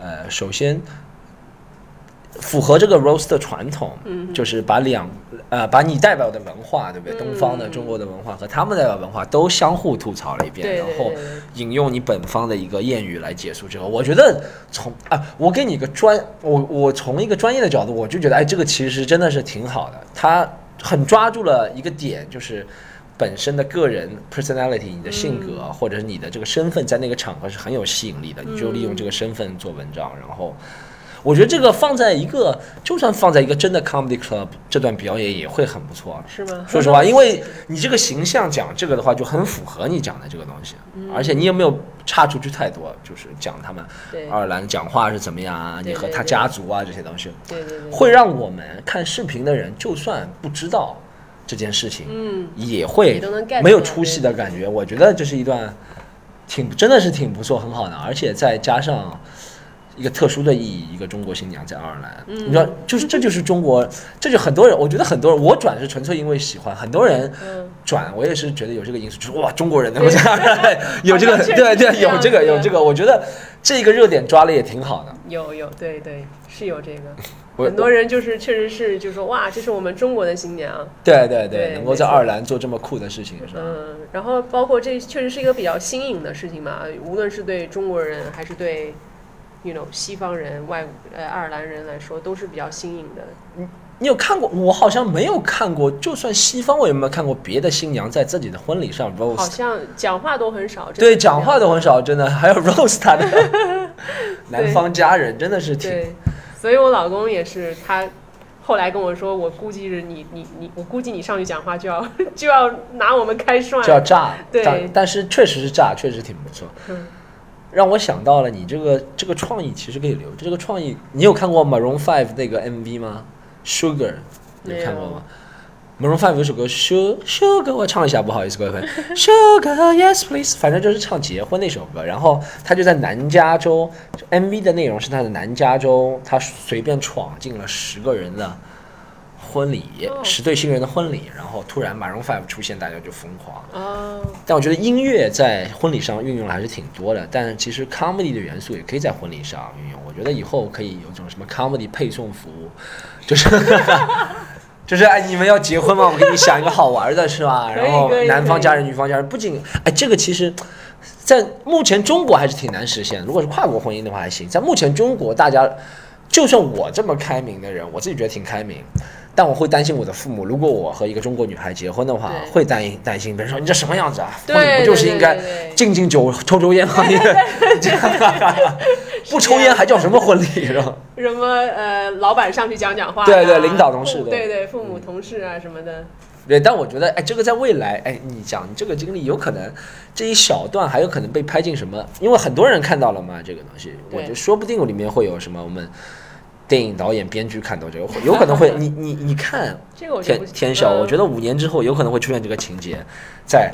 呃，首先符合这个 roast 的传统，嗯、就是把两呃把你代表的文化，对不嗯对？东方的中国的文化和他们代表文化都相互吐槽了一遍，对对然后对对引用你本方的一个谚语来结束这个。我觉得从啊，我给你一个专我我从一个专业的角度，我就觉得哎，这个其实真的是挺好的，他很抓住了一个点，就是。本身的个人 personality，你的性格、或者是你的这个身份，在那个场合是很有吸引力的。你就利用这个身份做文章，然后我觉得这个放在一个，就算放在一个真的 comedy club，这段表演也会很不错。啊是 吗？说实话，因为你这个形象讲这个的话，就很符合你讲的这个东西，嗯而且你也没有差出去太多，就是讲他们对爱尔兰讲话是怎么样啊，对你和对他对家族啊这些东西，对对对，会让我们看视频的人，就算不知道这件事情，嗯，也会也都能 get 没有到出息的感觉。我觉得这是一段挺真的是挺不错、很好的，而且再加上一个特殊的意义，一个中国新娘在爱尔兰，嗯你知道，就是这就是中国，这就很多人，我觉得很多人我转是纯粹因为喜欢，很多人嗯转我也是觉得有这个因素，就是哇，中国人能够在爱尔兰有这个，好像确实对对，是这样有这个子的有这个，我觉得这个热点抓了也挺好的。有有，对对，是有这个。我很多人就是确实是就说哇，这是我们中国的新娘，对对对能够在爱尔兰做这么酷的事情，是吧？嗯，然后包括这确实是一个比较新颖的事情嘛，无论是对中国人还是对，you know 西方人、外呃爱尔兰人来说，都是比较新颖的。你有看过？我好像没有看过，就算西方，我也没有看过别的新娘在自己的婚礼上好 roast。像讲话都很少，真的对，是这样讲话都很少，真的还有 roast 她 的 南方家人，真的是挺对，所以我老公也是他。后来跟我说，我估计是你你你，我估计你上去讲话就要 就要拿我们开涮，就要炸对炸，但是确实是炸，确实挺不错。嗯让我想到了你这个这个创意，其实可以留着。这个创意，你有看过 Maroon Five 那个 MV 吗？Sugar，你有没有看过吗？Maroon Five 有首歌 Sugar Sugar，我唱一下，不好意思，各位朋 友。Sugar Yes Please，反正就是唱结婚那首歌。然后他就在南加州，MV 的内容是他在南加州，他随便闯进了十个人的婚礼，哦十对新人的婚礼。然后突然 Maroon Five 出现，大家就疯狂。哦，但我觉得音乐在婚礼上运用了还是挺多的，但其实 comedy 的元素也可以在婚礼上运用。我觉得以后可以有一种什么 comedy 配送服务，就是 就是哎，你们要结婚吗？我给你想一个好玩的，是吧？可以然后可以男可方以家人、女方家人，不仅哎，这个其实。在目前中国还是挺难实现的，如果是跨国婚姻的话还行。在目前中国，大家就算我这么开明的人，我自己觉得挺开明，但我会担心我的父母。如果我和一个中国女孩结婚的话，对会担心担心别人说你这什么样子啊？对婚礼不就是应该对对啊对对敬敬酒、 抽抽 烟吗？你不抽烟还叫什么婚礼是吧？什么呃，老板上去讲讲话、啊，对对领导同事父母对对对，父母同事啊什么的，对，但我觉得，哎，这个在未来，哎，你讲你这个经历，有可能这一小段还有可能被拍进什么？因为很多人看到了嘛，这个东西，我对觉得说不定里面会有什么我们电影导演、编剧看到这个，有可能 会，你你你看这个我就天不嗯天晓，我觉得得五年之后有可能会出现这个情节，在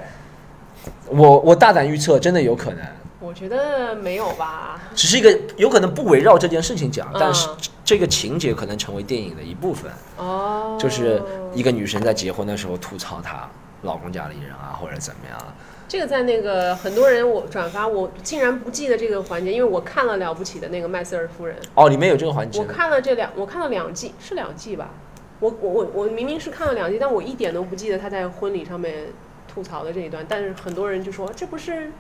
我我大胆预测，真的有可能，嗯我觉得没有吧，只是一个有可能不围绕这件事情讲，但是嗯这个情节可能成为电影的一部分。哦，就是一个女生在结婚的时候吐槽她老公家里人啊，或者怎么样啊。这个在那个很多人我转发，我竟然不记得这个环节，因为我看了了不起的那个麦瑟尔夫人，哦，里面有这个环节我。看了这两，我看了两季，是两季吧？我我我我明明是看了两季，但我一点都不记得她在婚礼上面吐槽的这一段，但是很多人就说这不是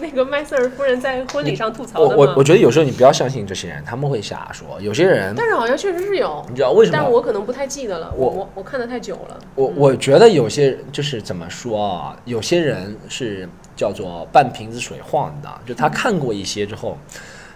那个麦瑟尔夫人在婚礼上吐槽我的我我吗？觉得有时候你不要相信这些人，他们会瞎说。有些人，但是好像确实是有，你知道为什但么？我可嗯能不太记得了，我我我我看的太久了。我我觉得有些就是怎么说啊，有些人是叫做半瓶子水晃的，就嗯他看过一些之后，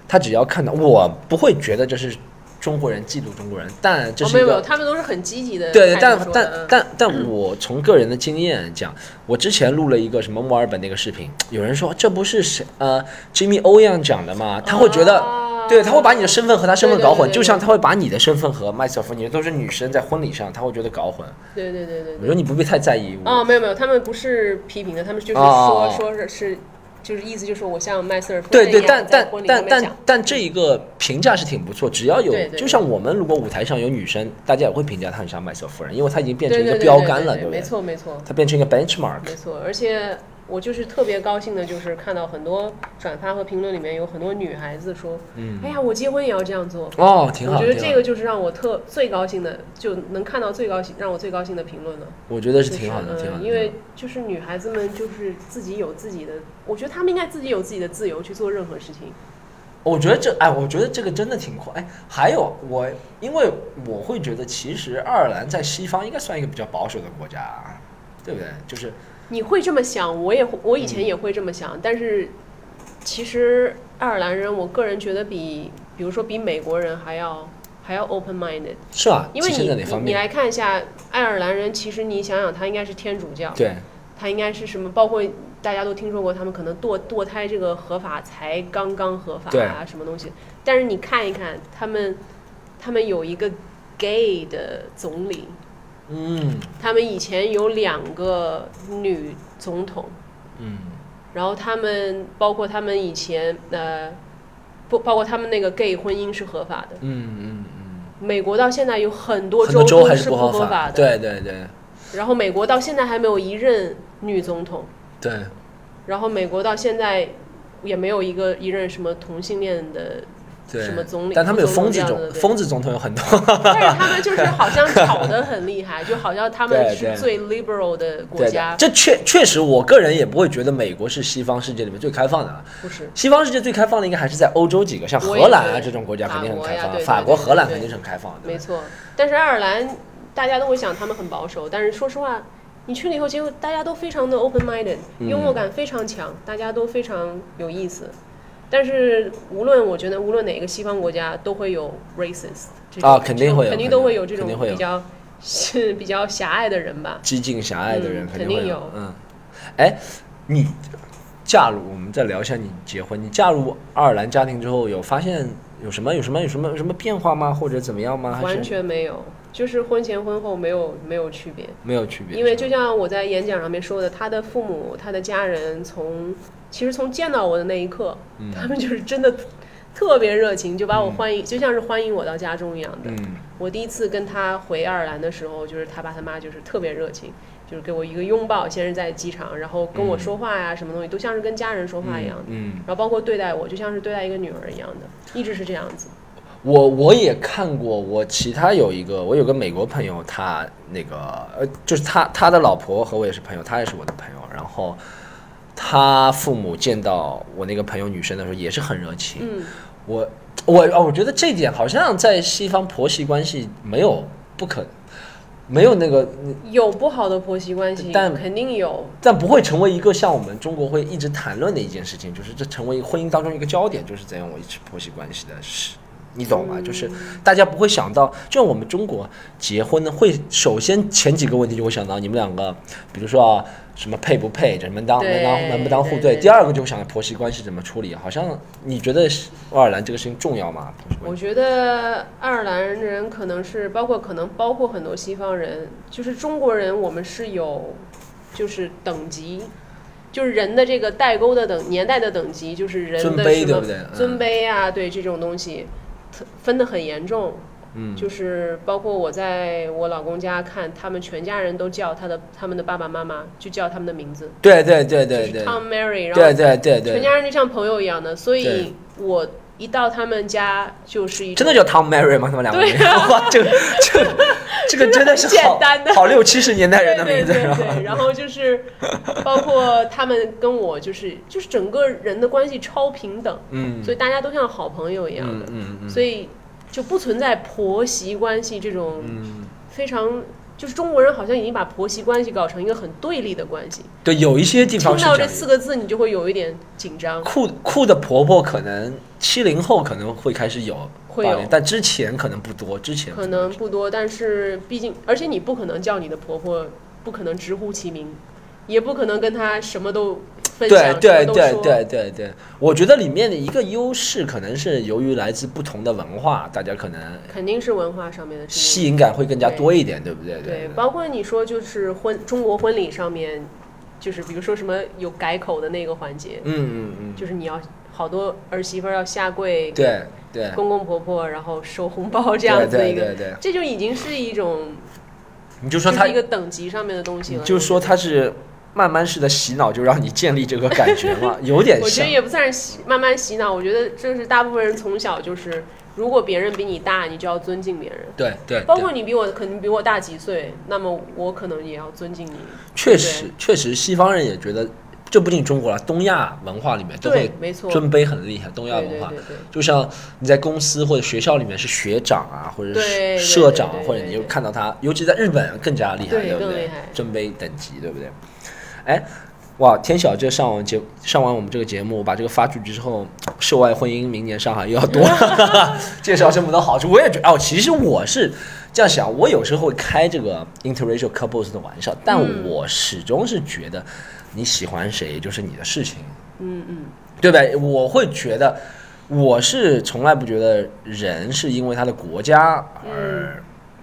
他只要看到，我不会觉得这是中国人嫉妒中国人，但这哦，是没一有没个有，他们都是很积极的态对，度但说但的。嗯但但我从个人的经验讲，我之前录了一个什么墨尔本那个视频，有人说这不是谁呃 Jimmy O 样讲的吗？他会觉得，啊对，他会把你的身份和他身份对对搞混，对对就像他会把你的身份和麦瑟夫，你们都是女生在婚礼上，他会觉得搞混。对对对对嗯我觉得你不必太在意我。哦，没有没有，他们不是批评的，他们就是哦哦说哦说是是就是意思就是我像麦瑟尔夫对人对，一样但在但婚礼上但面但讲但这一个评价是挺不错，只要有对对就像我们如果舞台上有女生，大家也会评价她很像麦瑟夫人，因为她已经变成对一对个对标对杆对了，对不没对？错没错她变成一个 benchmark。没错，而且我就是特别高兴的，就是看到很多转发和评论里面有很多女孩子说，嗯，哎呀，我结婚也要这样做。哦，挺我好。觉得挺这好个就是让我特最高兴的，就能看到最高兴让我最高兴的评论了。我觉得是就是挺好的，挺好的。嗯，因挺好为就是女孩子们就是自己有自己的，我觉得她们应该自己有自己的自由去做任何事情。我觉得这，哎，我觉得这个真的挺酷。哎，还有我，因为我会觉得，其实爱尔兰在西方应该算一个比较保守的国家啊，对不对？就是你会这么想，我也会我以嗯前也会这么想，但是其实爱尔兰人，我个人觉得比比如说比美国人还要还要 open minded，是啊，因为体你现在哪你方你面？来看一下爱尔兰人，其实你想想，他应该是天主教，对，他应该是什么？包括大家都听说过，他们可能堕堕胎这个合法才刚刚合法对啊，什么东西？但是你看一看，他们他们有一个 gay 的总理，嗯他们以前有两个女总统，嗯，然后他们包括他们以前呃，不包括他们那个 gay 婚姻是合法的。嗯嗯嗯，美国到现在有很多很多州都还是不合合法的，对对对然后美国到现在还没有一任女总统，对，然后美国到现在也没有一个一任什么同性恋的，对，什么总理但他们有疯子副总统这样总，的对疯子总统有很多。但是他们就是好像吵得很厉害，就好像他们 对对是最 liberal 的国对家的，，这确确实，我个人也不会觉得美国是西方世界里面最开放的啊。不是？西方世界最开放的应该还是在欧洲几个，像我也荷兰啊觉得这种国家肯定很法国开呀放啊，对对法国、对对荷兰对肯定是很开放的。没错。但是爱尔兰，大家都会想他们很保守，但是说实话，你去了以后，结果大家都非常的 open minded，嗯幽默感非常强，大家都非常有意思。但是无论我觉得无论哪个西方国家都会有 racist 这种啊肯定会有肯定肯定都会有这肯种定会有比较 是比较狭隘的人吧。激进狭隘的人嗯肯定会肯定有有。嗯，哎，你嫁入我们再聊一下你结婚，你嫁入爱尔兰家庭之后，有发现有什么有什么有什么有什么变化吗？或者怎么样吗？还完啊是全没有，就是婚前婚后没有没有区别。没有区别？因为是就吧像我在演讲上面说的，他的父母、他的家人从其实从见到我的那一刻，嗯他们就是真的特别热情，就把我欢迎，就像是欢迎我到家中一样的。嗯我第一次跟他回爱尔兰的时候，就是他爸他妈就是特别热情，就是给我一个拥抱，先是在机场，然后跟我说话呀、什么东西，都像是跟家人说话一样的。嗯，然后包括对待我，就像是对待一个女儿一样的，一直是这样子。我我也看过，我其他有一个，我有个美国朋友，他那个呃，就是他他的老婆和我也是朋友，他也是我的朋友，然后。他父母见到我那个朋友女生的时候，也是很热情。嗯，我我哦，我觉得这一点好像在西方婆媳关系没有不可，没有那个，有不好的婆媳关系，嗯但肯定有，但不会成为一个像我们中国会一直谈论的一件事情，就是这成为婚姻当中一个焦点，就是怎样维持婆媳关系的事。你懂嗯吗？就是大家不会想到，就像我们中国结婚呢，会首先前几个问题就会想到你们两个，比如说啊，什么配不配，什么当门当对门不当户对对第二个就想婆媳关系怎么处理。好像你觉得爱尔兰这个事情重要吗？婆媳关我系？觉得爱尔兰人可能是包括可能包括很多西方人，就是中国人，我们是有就是等级，就是人的这个代沟的等年代的等级，就是人尊的卑什对么不对嗯尊卑啊，对这种东西特分得很严重。嗯，就是包括我在我老公家看，他们全家人都叫他的他们的爸爸妈妈，就叫他们的名字，对对对对就是对 Tom Mary，然后对对对全对，家人就像朋友一样的，所对以我一到他们家就是一种真的叫 Tom Mary 吗？他们两个对啊名字，哇，这个这个这个真的是真的好很简单的好六七十年代人的名字，对对然后对对，然后就是包括他们跟我就是就是整个人的关系超平等，嗯所以大家都像好朋友一样嗯的，嗯嗯，所以就不存在婆媳关系这种嗯非常。就是中国人好像已经把婆媳关系搞成一个很对立的关系，对，有一些地听方是到这这样。四个字你就会有一点紧张。酷酷的婆婆可能七零后可能会开始有会八有零，但之前可能不多，之前可能不多，但是毕竟，而且你不可能叫你的婆婆，不可能直呼其名，也不可能跟她什么都分享，对什么对都对说对对对，我觉得里面的一个优势可能是由于来自不同的文化，大家可能肯定是文化上面的事吸情。引感会更加多一点，对不对？嗯对，包括你说就是婚中国婚礼上面，就是比如说什么有改口的那个环节，嗯嗯嗯，就是你要好多儿媳妇儿要下跪，对对，公公婆婆然后收红包这样子的对一个，对对对，这就已经是一种你就说就他是一个等级上面的东西你了。就说他是慢慢式的洗脑，就让你建立这个感觉 嘛，有点我觉像得。也不算是洗慢慢洗脑，我觉得这是大部分人从小就是，如果别人比你大，你就要尊敬别人。对对，包对括你比我可能比我大几岁，那么我可能也要尊敬你。确实确实，西方人也觉得，这不仅中国了，东亚文化里面都会对，没错，尊卑很厉害。东亚对文对化，对对，就像你在公司或者学校里面是学长啊，或者对是对社长啊对，对或者你就对看到他，尤其在日本更加厉害，对对不更对厉害？尊卑等级，对不对？哎，哇，天晓这上完节上完我们这个节目，把这个发出去之后，涉外婚姻明年上海又要多了， 介绍这么多好处，我也觉得哦，其实我是。这样想，我有时候会开这个 interracial couples 的玩笑，但嗯我始终是觉得你喜欢谁就是你的事情，嗯嗯，对吧？我会觉得，我是从来不觉得人是因为他的国家嗯而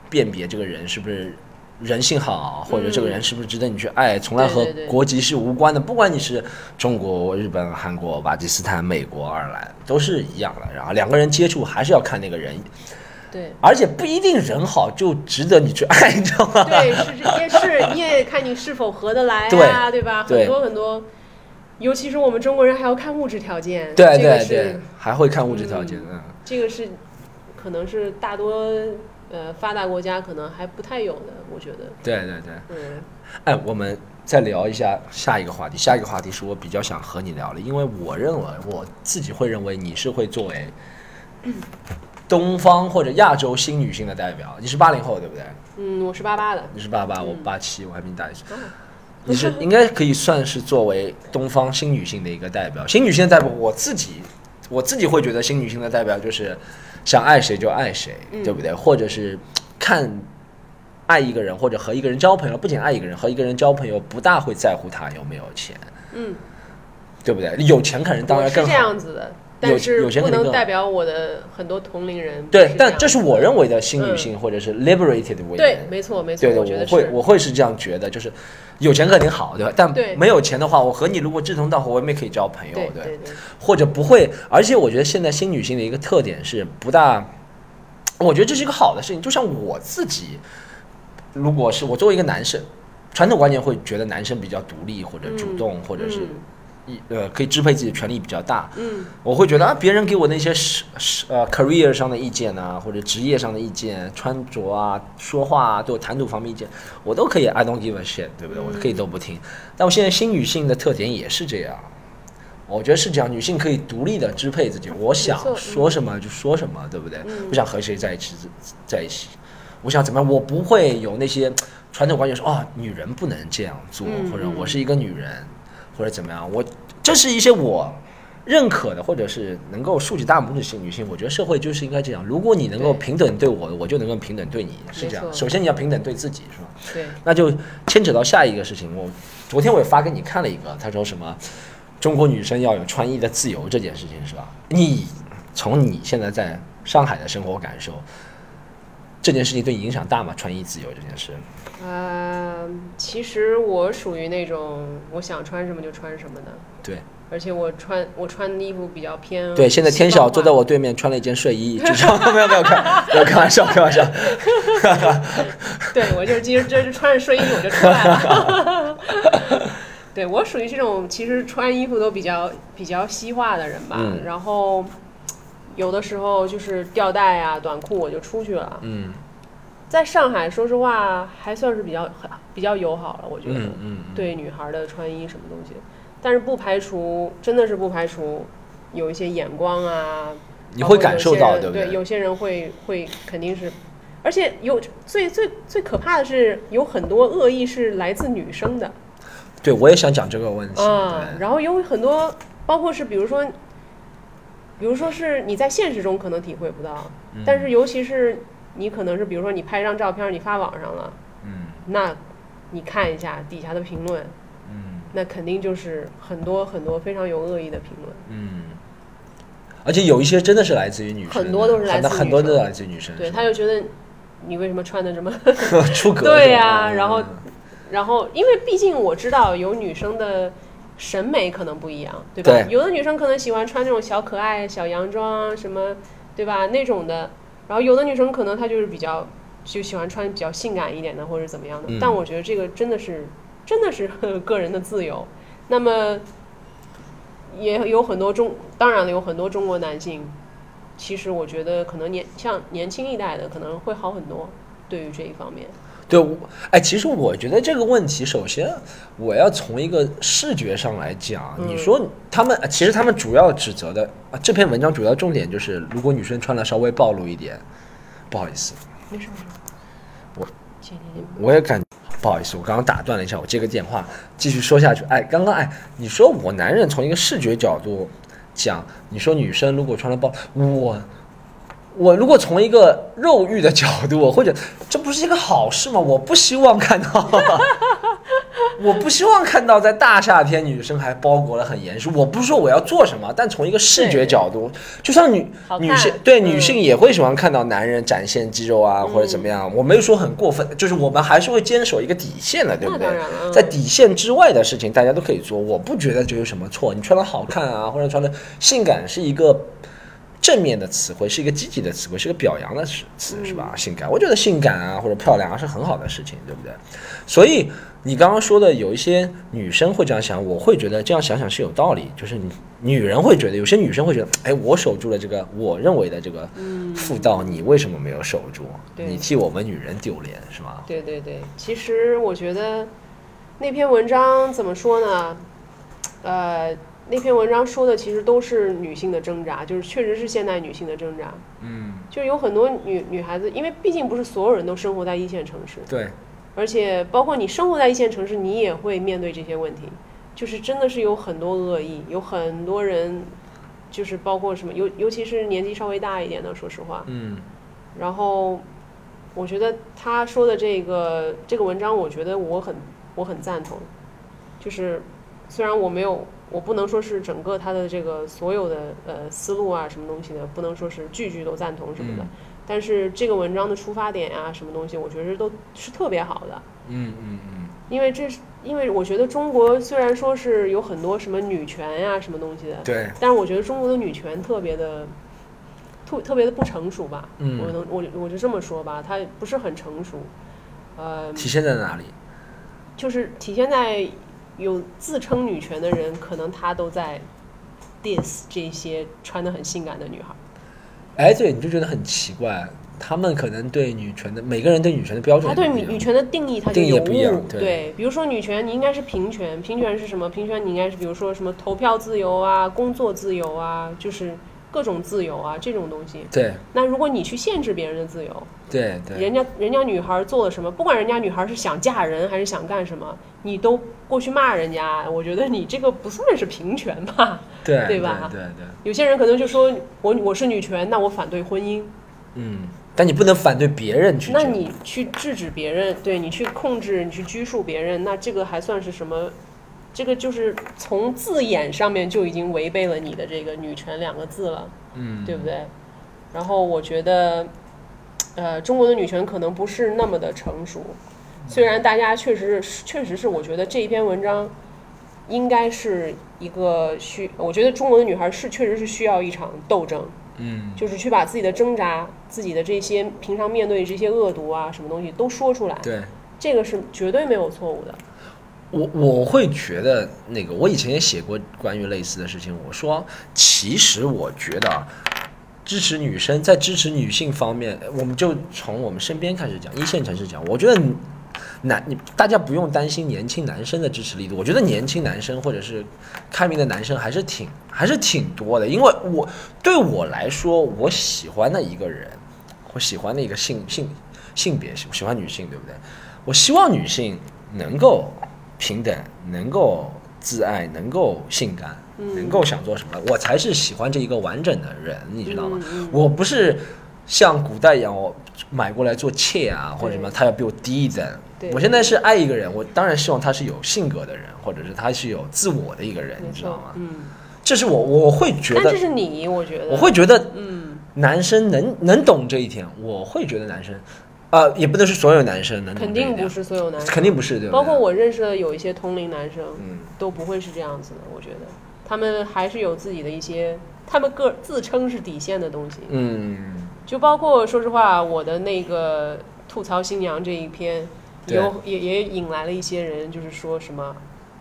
辨别这个人是不是人性好，或者这个人是不是值得你去爱，从来和嗯对对对国籍是无关的。不管你是中国、日本、韩国、巴基斯坦、美国、爱尔兰，都是一样的。然后两个人接触还是要看那个人，对。而且不一定人好就值得你去爱，你知道 吗？对，是这也是你也看你是否合得来啊，对吧？对很多很多，尤其是我们中国人还要看物质条件，对这个对是对，还会看物质条件，嗯，这个是可能是大多呃发达国家可能还不太有的，我觉得，对对对。嗯哎，我们再聊一下下一个话题。下一个话题是我比较想和你聊的，因为我认为我自己会认为你是会作为东方或者亚洲新女性的代表。你是八零后对不对？嗯，我是八八的，你是八八，嗯我八七，我还比你大一岁。啊你是应该可以算是作为东方新女性的一个代表。新女性的代表，我自己我自己会觉得新女性的代表就是想爱谁就爱谁，嗯对不对？或者是看爱一个人或者和一个人交朋友，不仅爱一个人，和一个人交朋友不大会在乎他有没有钱，嗯，对不对？有钱肯定当我然是更这好。样子的，有但是有钱不肯定更能代表我的很多同龄人，对，样但子这是我认为的新女嗯性，或者是 liberated 为对人，。没错没错，对的，觉我得会是，我会是这样觉得，就是有钱肯定好，对吧？但对没有钱的话，我和你如果志同道合，我们也可以交朋友，对对对对，或者不会。而且我觉得现在新女性的一个特点是不大，我觉得这是一个好的事情。就像我自己，如果是我作为一个男生，传统观念会觉得男生比较独立或者主动，或者是嗯一呃可以支配自己的权利比较大。嗯我会觉得啊，别人给我那些是是呃 career 上的意见啊，或者职业上的意见、穿着啊、说话啊，对我谈吐方面意见，我都可以 I don't give a shit，对不嗯对？我可以都不听。但我现在新女性的特点也是这样，我觉得是这样，女性可以独立的支配自己，我想错嗯说什么就说什么，对不对？嗯我想和谁在一起在一起，我想怎么样，我不会有那些传统观念说啊，女人不能这样做，嗯或者嗯我是一个女人，或者怎么样，我这是一些我认可的，或者是能够竖起大拇指型女性，我觉得社会就是应该这样。如果你能够对平等对我，我就能够平等对你，是没这样。错首先你要平等对自己，是吧？对，那就牵扯到下一个事情。我昨天我也发给你看了一个，他说什么中国女生要有穿衣的自由这件事情，是吧？你从你现在在上海的生活感受，这件事情对你影响大吗？穿衣自由这件事，呃，其实我属于那种我想穿什么就穿什么的，对而且我穿我穿的衣服比较偏对，现在天西晓方化坐在我对面穿了一件睡衣，就这样没有没有开没有开玩笑开玩笑，对我就是今实这就穿着睡衣我就出来了。 对我属于这种其实穿衣服都比较比较西化的人吧，嗯然后有的时候就是吊带啊、短裤我就出去了。嗯在上海，说实话还算是比较比较友好了，我觉得。嗯嗯，对女孩的穿衣什么东西，但是不排除，真的是不排除有一些眼光啊，你包会括感有受些到人对不对？对有些人会会肯定是，而且有最最最可怕的是，有很多恶意是来自女生的对，我也想讲这个问题，啊，对然后有很多包括是比如说，比如说是你在现实中可能体会不到，嗯但是尤其是你可能是比如说你拍一张照片儿你发网上了，嗯那你看一下底下的评论。嗯那肯定就是很多很多非常有恶意的评论。嗯。而且有一些真的是来自于女生的，很多都是来很多自于很女多都是生来自于女生，对，是吧他就觉得你为什么穿的这么 出格是吧。对呀然后嗯然后，因为毕竟我知道有女生的审美可能不一样，对吧？对有的女生可能喜欢穿那种小可爱、小洋装什么，对吧？那种的。然后有的女生可能她就是比较就喜欢穿比较性感一点的，或者怎么样的。嗯但我觉得这个真的是真的是个人的自由。那么也有很多中，当然了，有很多中国男性，其实我觉得可能年像年轻一代的可能会好很多，对于这一方面。对，我哎，其实我觉得这个问题，首先我要从一个视觉上来讲，嗯你说他们，其实他们主要指责的啊，这篇文章主要重点就是，如果女生穿的稍微暴露一点，不好意思，没事没事。我谢谢你。我也感不好意思，我刚刚打断了一下，我接个电话，继续说下去。哎，刚刚哎，你说我男人从一个视觉角度讲，你说女生如果穿了暴，我我如果从一个肉欲的角度，或者这不是一个好事吗？我不希望看到， 我不希望看到在大夏天女生还包裹得很严实。我不是说我要做什么，但从一个视觉对角度，就像女好女看性对嗯女性也会喜欢看到男人展现肌肉啊，或者怎么样。我没有说很过分，就是我们还是会坚守一个底线的，对不那对当？然了，在底线之外的事情，大家都可以做。我不觉得这有什么错。你穿的好看啊，或者穿的性感，是一个正面的词汇，是一个积极的词汇，是一个表扬的词，词是嗯吧？性感，我觉得性感啊或者漂亮啊是很好的事情，对不对？所以你刚刚说的有一些女生会这样想，我会觉得这样想想是有道理。就是女女人会觉得，有些女生会觉得，哎，我守住了这个我认为的这个妇道，你为什么没有守住？嗯对你替我们女人丢脸是吗？对对对，其实我觉得那篇文章怎么说呢？呃，那篇文章说的其实都是女性的挣扎，就是确实是现代女性的挣扎。嗯，就是有很多女女孩子，因为毕竟不是所有人都生活在一线城市，对，而且包括你生活在一线城市，你也会面对这些问题。就是真的是有很多恶意，有很多人，就是包括什么，尤尤其是年纪稍微大一点的，说实话，嗯。然后我觉得他说的这个这个文章，我觉得我很我很赞同，就是虽然我没有。我不能说是整个他的这个所有的呃思路啊什么东西的，不能说是句句都赞同什么的，嗯但是这个文章的出发点啊什么东西，我觉得都是特别好的，嗯嗯嗯，因为这是因为我觉得中国虽然说是有很多什么女权呀、什么东西的，对，但是我觉得中国的女权特别的特特别的不成熟吧，嗯我能我我就这么说吧，它不是很成熟，呃，体现在哪里？就是体现在有自称女权的人，可能她都在 diss 这些穿的很性感的女孩儿，哎，对，你就觉得很奇怪，他们可能对女权的每个人对女权的标准她不一样，对女女权的定义，她就定义有也不一样误。对比如说女权，你应该是平权，平权是什么？平权你应该是比如说什么投票自由啊、工作自由啊，就是各种自由啊这种东西。对那如果你去限制别人的自由，对对人家人家女孩做了什么，不管人家女孩是想嫁人还是想干什么，你都过去骂人家，我觉得你这个不算是平权吧？ 对对吧对对，有些人可能就说我我是女权，那我反对婚姻，嗯，但你不能反对别人去这那样。你去制止别人，对你去控制，你去拘束别人，那这个还算是什么？这个就是从字眼上面就已经违背了你的这个“女权”两个字了。嗯，对不对？然后我觉得，呃，中国的女权可能不是那么的成熟，嗯虽然大家确实是确实是，我觉得这一篇文章应该是一个需，我觉得中国的女孩是确实是需要一场斗争，嗯，就是去把自己的挣扎、自己的这些平常面对这些恶毒啊什么东西都说出来，对。这个是绝对没有错误的。我我会觉得那个，我以前也写过关于类似的事情。我说，其实我觉得啊，支持女生在支持女性方面，呃我们就从我们身边开始讲，一线城市讲。我觉得你男你大家不用担心年轻男生的支持力度，我觉得年轻男生或者是开明的男生还是挺还是挺多的。因为我对我来说，我喜欢的一个人，我喜欢的一个性性性别，喜喜欢女性，对不对？我希望女性能够平等，能够自爱，能够性感，能够想做什么，我才是喜欢这一个完整的人，你知道吗？我不是像古代一样，我买过来做妾啊或者什么，对他要比我低一等对。我现在是爱一个人，我当然希望他是有性格的人，或者是他是有自我的一个人，没哎你知道错吗，？嗯，这是我我会觉但得这，是你，我觉得我会觉得嗯，男生能能懂这一点，我会觉得男生呃，也不能是所有男生能肯定不是，是所有男生，嗯肯定不是，对吧？包括我认识的有一些同龄男生，嗯都不会是这样子的。我觉得他们还是有自己的一些，他们个自称是底线的东西。嗯，就包括说实话，我的那个吐槽新娘这一篇，对有也也引来了一些人，就是说什么。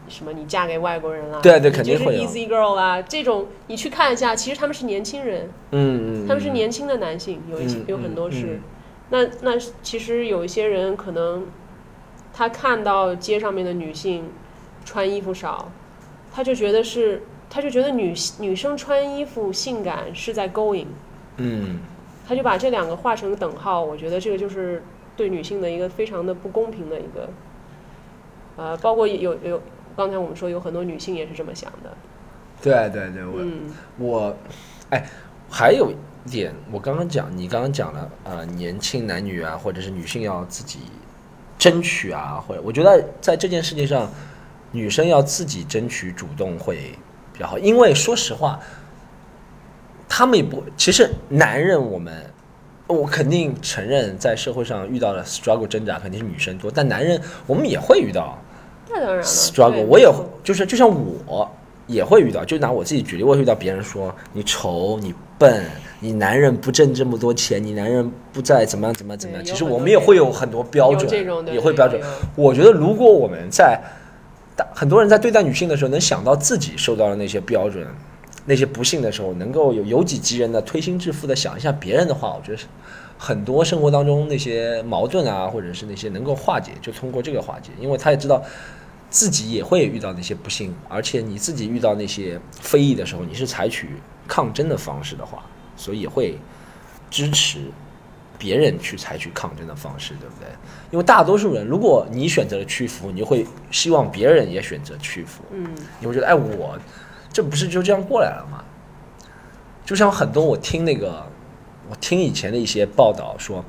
什么？你嫁给外国人啦？对对你肯定就是会有 easy girl 啦。这种你去看一下，其实他们是年轻人，嗯嗯，他们是年轻的男性，有一些嗯有很多是嗯。那那其实有一些人可能，他看到街上面的女性穿衣服少，他就觉得是，他就觉得女女生穿衣服性感是在勾引，嗯，他就把这两个画成等号。我觉得这个就是对女性的一个非常的不公平的一个，呃，包括有有刚才我们说有很多女性也是这么想的，对对对，我嗯我，哎，还有一点，我刚刚讲，你刚刚讲了，呃，年轻男女啊，或者是女性要自己争取啊，或者我觉得在这件事情上，女生要自己争取主动会比较好，因为说实话，他们也不，其实男人我们。我肯定承认，在社会上遇到的 struggle 挣扎肯定是女生多，但男人我们也会遇到，那当然了 struggle，对我也没会错就是就像我也会遇到，就拿我自己举例，我会遇到别人说你丑，你笨，你男人不挣这么多钱，你男人不再怎么样怎么样怎么样。对其有实很我多们也这会种有很多标有准这种，的也会对嗯标准有。我觉得如果我们在大很多人在对待女性的时候，能想到自己受到的那些标准。那些不幸的时候，能够有有己及人的推心置腹的想一下别人的话，我觉得是很多生活当中那些矛盾啊，或者是那些能够化解，就通过这个化解，因为他也知道自己也会遇到那些不幸，而且你自己遇到那些非议的时候，你是采取抗争的方式的话，所以也会支持别人去采取抗争的方式，对不对？因为大多数人，如果你选择了屈服，你就会希望别人也选择屈服，嗯。你会觉得，哎，我这不是就这样过来了吗？就像很多我听那个，我听以前的一些报道说，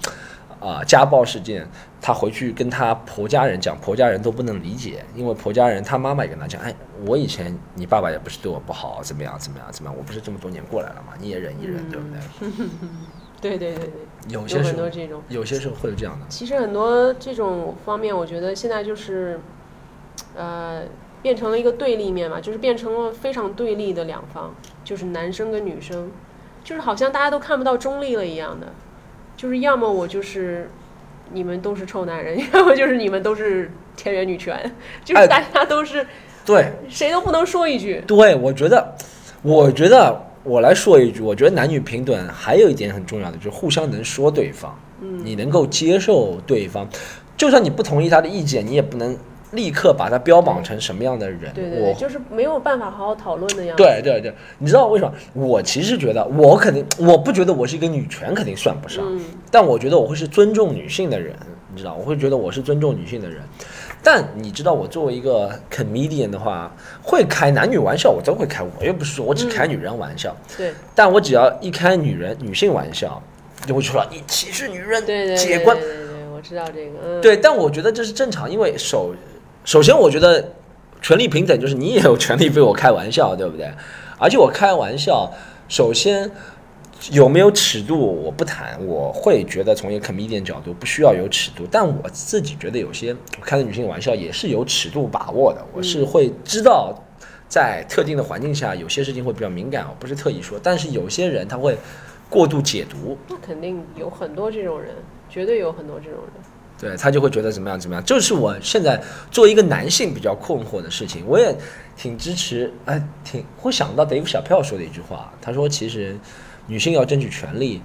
啊、家暴事件，她回去跟她婆家人讲，婆家人都不能理解，因为婆家人她妈妈也跟她讲，哎，我以前你爸爸也不是对我不好，怎么样怎么样怎么样，我不是这么多年过来了嘛，你也忍一忍，对不对？对对对对，有嗯有些时很候多，这种。有些时候会有这样的，其实很多这种方面，我觉得现在就是，呃，变成了一个对立面嘛，就是变成了非常对立的两方，就是男生跟女生，就是好像大家都看不到中立了一样的，就是要么我就是你们都是臭男人， 要么就是你们都是田园女权，就哎是大家都是、对谁都不能说一句。对，我觉得，我觉得我来说一句，我觉得男女平等还有一点很重要的，就是互相能说对方，嗯你能够接受对方，就算你不同意他的意见，你也不能立刻把他标榜成什么样的人。对对我对，就是没有办法好好讨论的样子。对对对，你知道为什么？我其实觉得，我肯定，我不觉得我是一个女权，肯定算不上。嗯但我觉得我会是尊重女性的人，你知道，我会觉得我是尊重女性的人。但你知道，我作为一个 comedian 的话，会开男女玩笑，我都会开。我又不是说我只开女人玩笑，对，但我只要一开女人女性玩笑，就会说你歧视女人，对对对姐对官对对，我知道这个。嗯，对，但我觉得这是正常，因为首首先我觉得权利平等就是你也有权利被我开玩笑，对不对？而且我开玩笑，首先有没有尺度我不谈，我会觉得从一个 comedian 角度不需要有尺度，但我自己觉得有些我开的女性玩笑也是有尺度把握的，我是会知道。在特定的环境下，有些事情会比较敏感，我不是特意说，但是有些人他会过度解读，那肯定有很多这种人，绝对有很多这种人。对他就会觉得怎么样怎么样，这是我现在作为一个男性比较困惑的事情。我也挺支持，哎，挺会想到 Dave 小票说的一句话，他说其实女性要争取权利，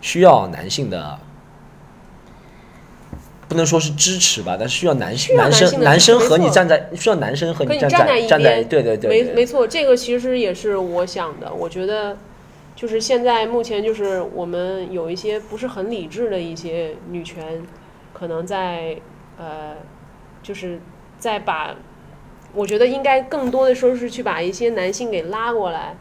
需要男性的，不能说是支持吧，但是需要男性需要男男生性的男支持生和没你错站在需要男生和可你以站站在在一站在边对对对没对没错，这个其实也是我想的。我觉得，就是现在目前就是我们有一些不是很理智的一些女权，可能在呃，就是在把，我觉得应该更多的说是去把一些男性给拉过来。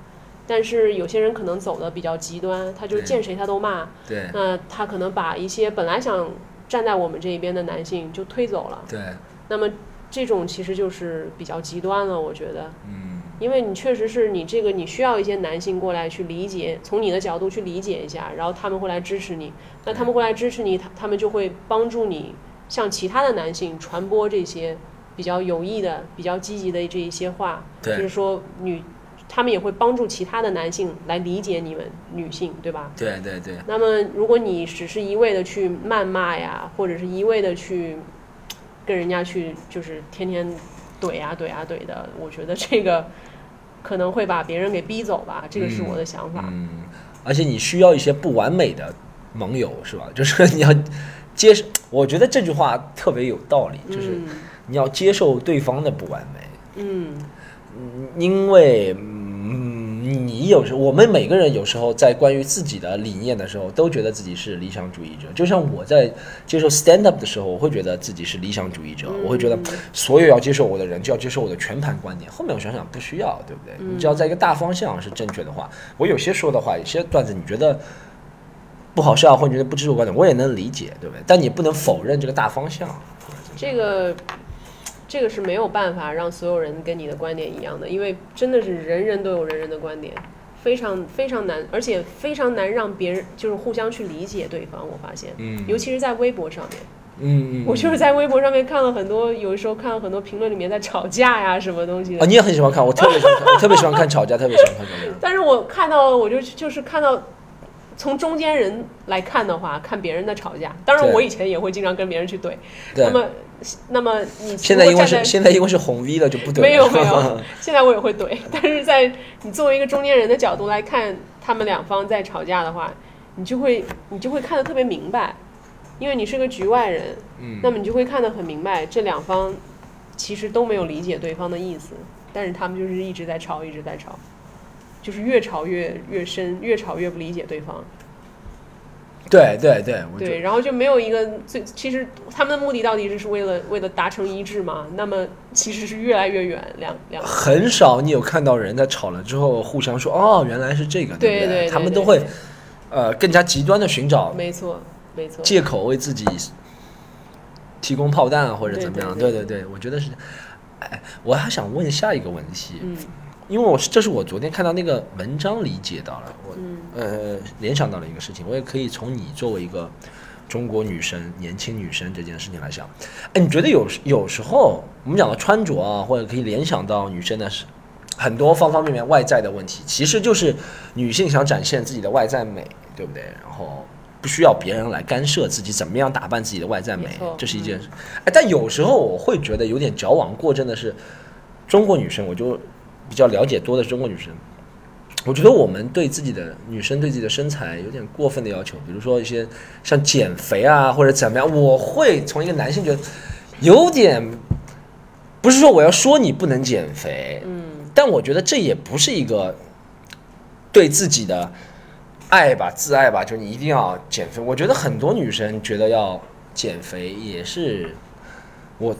但是有些人可能走的比较极端，他就对见谁他都骂，对那他可能把一些本来想站在我们这一边的男性就推走了。对，那么这种其实就是比较极端了，我觉得。嗯，因为你确实是你这个你需要一些男性过来去理解，从你的角度去理解一下，然后他们会来支持你，那他们会来支持你，他他们就会帮助你向其他的男性传播这些比较有益的、比较积极的这一些话，就对是说女，他们也会帮助其他的男性来理解你们女性，对吧？对对对，那么，如果你只是一味的去谩骂呀，或者是一味的去跟人家去，就是天天怼呀、怼呀、怼的，我觉得这个可能会把别人给逼走吧。这个是我的想法。嗯，而且你需要一些不完美的盟友，是吧？ 就是你要接受，我觉得这句话特别有道理，就是嗯你要接受对方的不完美，嗯嗯因为嗯，你有时我们每个人有时候在关于自己的理念的时候，都觉得自己是理想主义者。就像我在接受 stand up 的时候，我会觉得自己是理想主义者，我会觉得所有要接受我的人就要接受我的全盘观点。后面我想想，不需要，对不对？你只要在一个大方向是正确的话，我有些说的话，有些段子你觉得。不好笑，或者觉得不支持我观点，我也能理解，对不对？但你不能否认这个大方向。这个这个是没有办法让所有人跟你的观点一样的，因为真的是人人都有人人的观点，非常非常难，而且非常难让别人就是互相去理解对方。我发现，嗯尤其是在微博上面。嗯嗯，我就是嗯在微博上面看了很多，有的时候看了很多评论里面在吵架呀什么东西啊，的，你也很喜欢看，我特别喜欢看，我特别喜欢看吵架，特别喜欢看吵架。但是我看到我就就是看到。从中间人来看的话，看别人的吵架，当然对我以前也会经常跟别人去怼。对那么，那么你现在因如果为站在是现在因为是红 V 了，就 不怼了。没有没有，现在我也会怼，但是在你作为一个中间人的角度来看，他们两方在吵架的话，你就会你就会看得特别明白，因为你是个局外人，嗯那么你就会看得很明白，这两方其实都没有理解对方的意思，但是他们就是一直在吵，一直在吵，就是越吵越越深，越吵越不理解对方，对对对，我对，就然后就没有一个最，其实他们的目的到底是是为了为了达成一致嘛？那么其实是越来越远，两两。很少你有看到人在吵了之后互相说哦，原来是这个，对不对对他们对都会呃更加极端的寻找没错，没错。借口为自己提供炮弹啊或者对怎么对样。对对对对，我觉得是。哎，我还想问下一个问题，嗯因为我是这是我昨天看到那个文章理解到了，我嗯呃联想到了一个事情，我也可以从你作为一个中国女生、年轻女生这件事情来想。哎，你觉得有时有时候我们讲到穿着啊，或者可以联想到女生的是很多方方面面外在的问题，其实就是女性想展现自己的外在美，对不对？然后。不需要别人来干涉自己怎么样打扮自己的外在美没错，嗯这是一件事。哎，但有时候我会觉得有点矫枉过正的是，中国女生，我就比较了解多的是中国女生，我觉得我们对自己的女生对自己的身材有点过分的要求，比如说一些像减肥啊或者怎么样，我会从一个男性觉得有点，不是说我要说你不能减肥，嗯，但我觉得这也不是一个对自己的爱吧，自爱吧，就你一定要减肥。我觉得很多女生觉得要减肥也是，我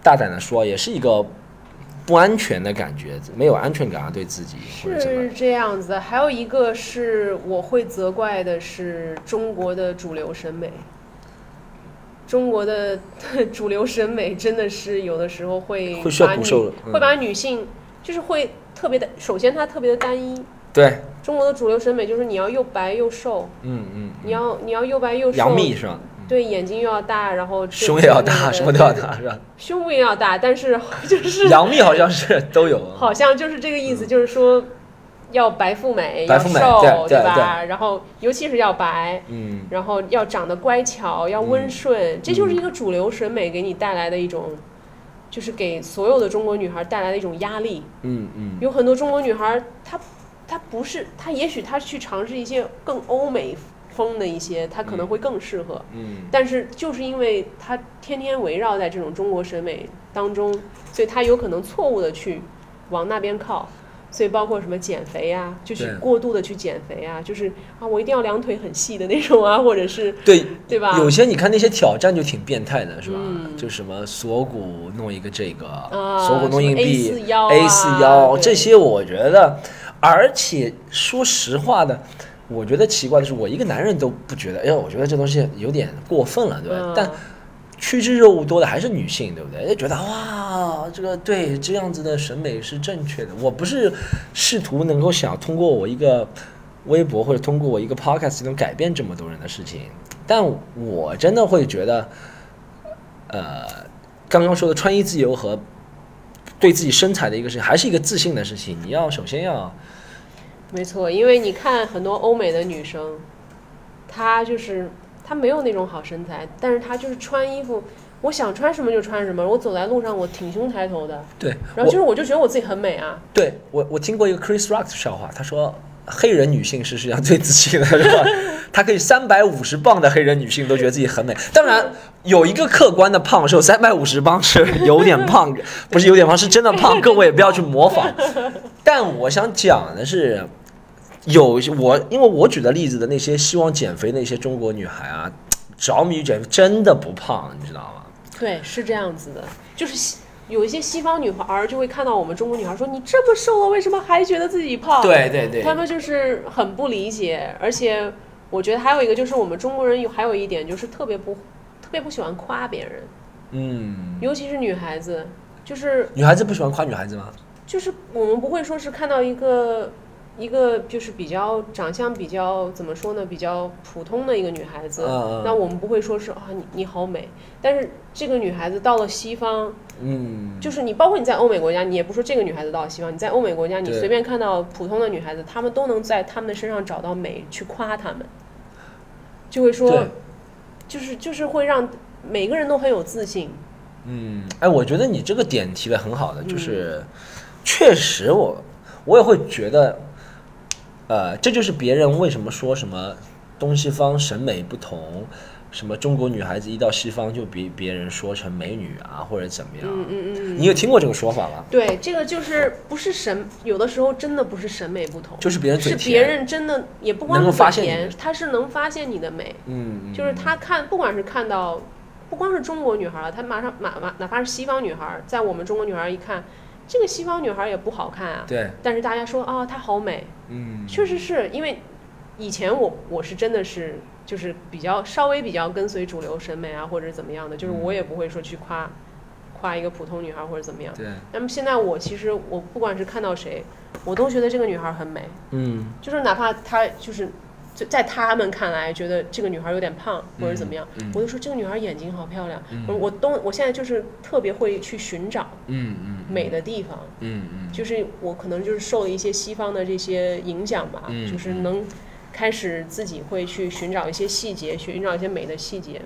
大胆的说，也是一个不安全的感觉，没有安全感啊，对自己或者怎么是样。这样子的。还有一个是我会责怪的是中国的主流审美，中国的 主流审美真的是有的时候会会需要把骨女瘦嗯会把女性就是会特别的，首先它特别的单一。对，中国的主流审美就是你要又白又瘦，嗯嗯，你要你要又白又瘦，杨幂是吧？对眼睛又要大，然后这胸也要那大，个什么都要，大，是吧？胸部也要大，但是 就是杨幂好像是都有啊。好像就是这个意思，就是说要白富美，嗯白富美要瘦，对对吧？然后尤其是要白，嗯，然后要长得乖巧，要温顺，这就是一个主流审美给你带来的一种，就是给所有的中国女孩带来的一种压力。嗯嗯有很多中国女孩，她她不是她，也许她去尝试一些更欧美风的一些，她可能会更适合。嗯，但是就是因为他天天围绕在这种中国审美当中，所以他有可能错误的去往那边靠。所以包括什么减肥啊，就是对过度的去减肥啊，就是啊，我一定要两腿很细的那种啊， 或者是对，对吧？有些你看那些挑战就挺变态的，是吧？嗯就什么锁骨弄一个这个，啊锁骨弄硬币什么 A4 腰啊 A 四腰对这些，我觉得，而且说实话的。我觉得奇怪的是，我一个男人都不觉得，哎呦，我觉得这东西有点过分了，对吧？嗯但趋之若鹜多的还是女性，对不对？就觉得哇，这个对这样子的审美是正确的。我不是试图能够想通过我一个微博或者通过我一个 podcast 能改变这么多人的事情，但我真的会觉得，呃，刚刚说的穿衣自由和对自己身材的一个事情，还是一个自信的事情。你要首先要没错，因为你看很多欧美的女生，她就是她没有那种好身材，但是她就是穿衣服，我想穿什么就穿什么。我走在路上，我挺胸抬头的，对，然后就是我就觉得我自己很美啊。对我，我听过一个 Chris Rock 的笑话，他说黑人女性是世界上最自信的，是 吧？她可以三百五十磅的黑人女性都觉得自己很美。当然，有一个客观的胖瘦，三百五十磅是有点 胖，不是有点胖，是真的胖。各位也不要去模仿。但我想讲的是，有我因为我举的例子的那些希望减肥的那些中国女孩啊，着迷于减肥，真的不胖，你知道吗？对，是这样子的，就是西有一些西方女孩儿就会看到我们中国女孩儿说：“你这么瘦了，为什么还觉得自己胖？”对对对他们就是很不理解，而且我觉得还有一个就是我们中国人有还有一点就是特别不特别不喜欢夸别人，嗯，尤其是女孩子，就是女孩子不喜欢夸女孩子吗？就是我们不会说是看到一个一个就是比较长相比较怎么说呢，比较普通的一个女孩子，嗯嗯那我们不会说是啊你你好美，但是这个女孩子到了西方，嗯，就是你包括你在欧美国家，你也不说这个女孩子到了西方，你在欧美国家，你对随便看到普通的女孩子，她们都能在她们的身上找到美，去夸她们，就会说对，就是就是会让每个人都很有自信，嗯，哎，我觉得你这个点提的很好的，就是、嗯确实我我也会觉得，呃，这就是别人为什么说什么东西方审美不同，什么中国女孩子一到西方就比别人说成美女啊或者怎么样，嗯嗯嗯。你有听过这个说法吗？对，这个就是不是审，有的时候真的不是审美不同，就是别人嘴是甜，别人真的也不光能是够发嘴现你甜的他是能发现你的美，嗯，嗯就是他看，不管是看到，不光是中国女孩了，他马上马马，哪怕是西方女孩，在我们中国女孩一看，这个西方女孩也不好看啊，对，但是大家说啊、她好美，嗯，确实是因为以前我我是真的是就是比较稍微比较跟随主流审美啊，或者怎么样的，就是嗯我也不会说去夸夸一个普通女孩或者怎么样。对，那么现在我其实我不管是看到谁，我都觉得这个女孩很美，嗯，就是哪怕她就是就在他们看来觉得这个女孩有点胖或者怎么样，嗯我就说这个女孩眼睛好漂亮，嗯我我都我现在就是特别会去寻找嗯嗯，美的地方，嗯，嗯嗯，就是我可能就是受了一些西方的这些影响吧，嗯就是能开始自己会去寻找一些细节，寻找一些美的细节，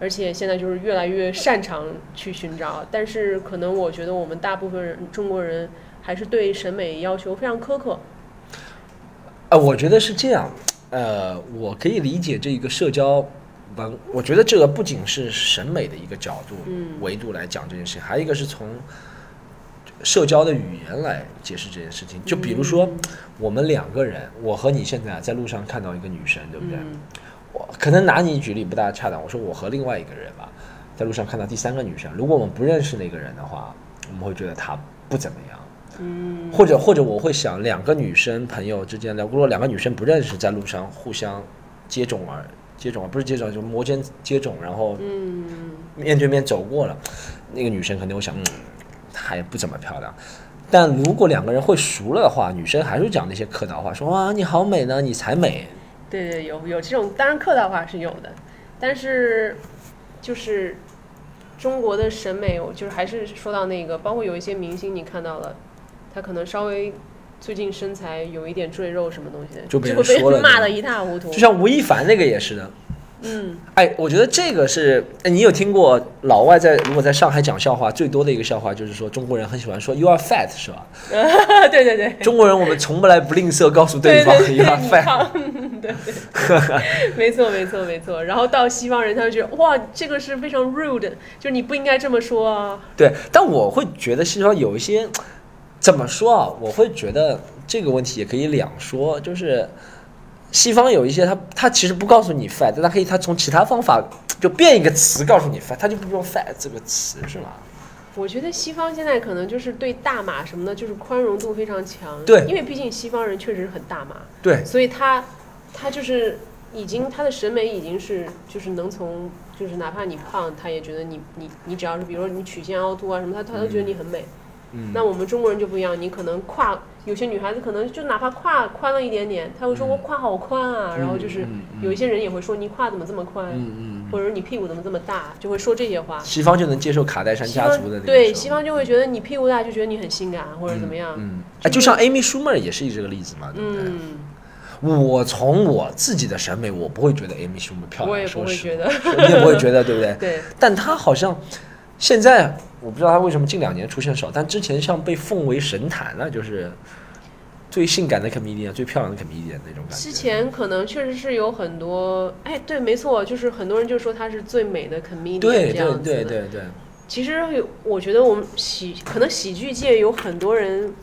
而且现在就是越来越擅长去寻找。但是可能我觉得我们大部分人中国人还是对审美要求非常苛刻。啊，我觉得是这样，呃，我可以理解这一个社交文，我觉得这个不仅是审美的一个角度、嗯维度来讲这件事情，还有一个是从社交的语言来解释这件事情。就比如说，我们两个人，我和你现在啊在路上看到一个女生，对不对？嗯我可能拿你举例不大恰当，我说我和另外一个人吧，在路上看到第三个女生，如果我们不认识那个人的话，我们会觉得她不怎么样。嗯，或者或者我会想，两个女生朋友之间聊，如果两个女生不认识，在路上互相接踵而接踵而不是接踵，就摩肩接踵，然后嗯，面对面走过了，那个女生可能会想，嗯，她也不怎么漂亮。但如果两个人会熟了的话，女生还是讲那些客套话，说哇你好美呢，你才美。对对，有有这种，当然客套话是有的，但是就是中国的审美，我就是还是说到那个，包括有一些明星你看到了，他可能稍微最近身材有一点赘肉什么东西的，就就被人会被说了人骂对吧的一塌糊涂。就像吴亦凡那个也是的，嗯，哎，我觉得这个是，哎你有听过老外在如果在上海讲笑话，最多的一个笑话就是说中国人很喜欢说 you are fat 是吧？ 对对对，中国人我们从不来不吝啬告诉 对方对一 样你饭。胖，对对，没错没错没错。然后到西方人，他就觉得哇，这个是非常 rude，就是你不应该这么说啊。对，但我会觉得西方有一些怎么说啊？我会觉得这个问题也可以两说，就是西方有一些他他其实不告诉你 fat，但他可以他从其他方法就变一个词告诉你 fat，他就不用 fat 这个词是吗？我觉得西方现在可能就是对大麻什么的，就是宽容度非常强。对因为毕竟西方人确实很大麻，对所以他他就是已经他的审美已经是就是能从就是哪怕你胖，他也觉得你你你只要是比如说你曲线凹凸啊什么，他他都觉得你很美。嗯那我们中国人就不一样，你可能胯，有些女孩子可能就哪怕胯宽了一点点，她会说我胯好宽啊，然后就是嗯嗯有一些人也会说你胯怎么这么宽，嗯嗯，或者说你屁股怎么这么大，就会说这些话。西方就能接受卡戴珊西家族的那个方对时西候方就会觉得你屁股大就觉得你很性感或者怎么样，嗯，就哎，是就像 Amy Schumer 也是这个例子嘛，对不对？嗯，我从我自己的审美，我不会觉得 Amy Schumer 漂亮，我也不说会实觉话 得，你也不会觉得，对不对？对，但她好像现在，我不知道她为什么近两年出现少，但之前像被奉为神坛了，就是最性感的 comedian、最漂亮的 comedian 那种感觉。之前可能确实是有很多，哎，对，没错，就是很多人就说她是最美的 comedian 对对这样子对的对对，其实有我觉得我们喜可能喜剧界有很多人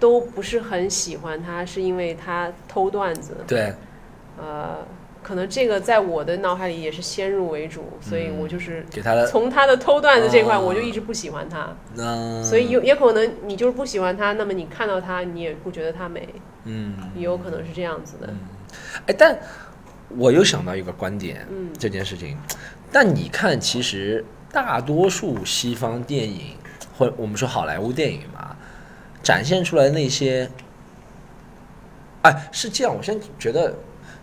都不是很喜欢他，是因为他偷段子。对，呃，可能这个在我的脑海里也是先入为主，所以我就是给他的从他的偷段子这块，嗯呃啊我就一直不喜欢他。嗯，所以有也可能你就是不喜欢他，那么你看到他，你也不觉得他美，嗯，也有可能是这样子的。哎，但我又想到一个观点，嗯这件事情。但你看，其实大多数西方电影，或我们说好莱坞电影嘛，展现出来那些，哎，是这样。我现在觉得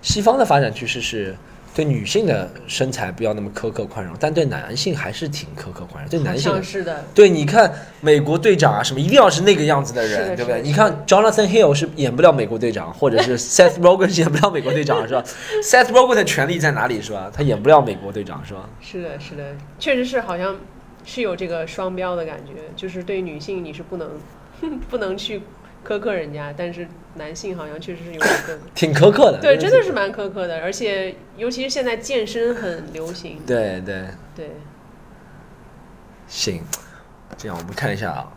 西方的发展趋势是。对女性的身材不要那么苛刻宽容，但对男性还是挺苛刻宽容。对嗯好男性像是的，对，你看美国队长啊，什么一定要是那个样子的是的人，对不是对？的你看 Jonathan Hill 是演不了美国队长，或 者是 Seth Rogen 是演不了美国队长，是吧？Seth Rogen 的权利在哪里，是吧？他演不了美国队长，是吧？，是的，是的，确实是好像是有这个双标的感觉，就是对女性你是不能 不能去苛刻人家，但是男性好像确实是有点苛刻挺苛刻的。对，真的是。是蛮苛刻的，而且尤其是现在健身很流行，对对，对，行，这样我们看一下啊。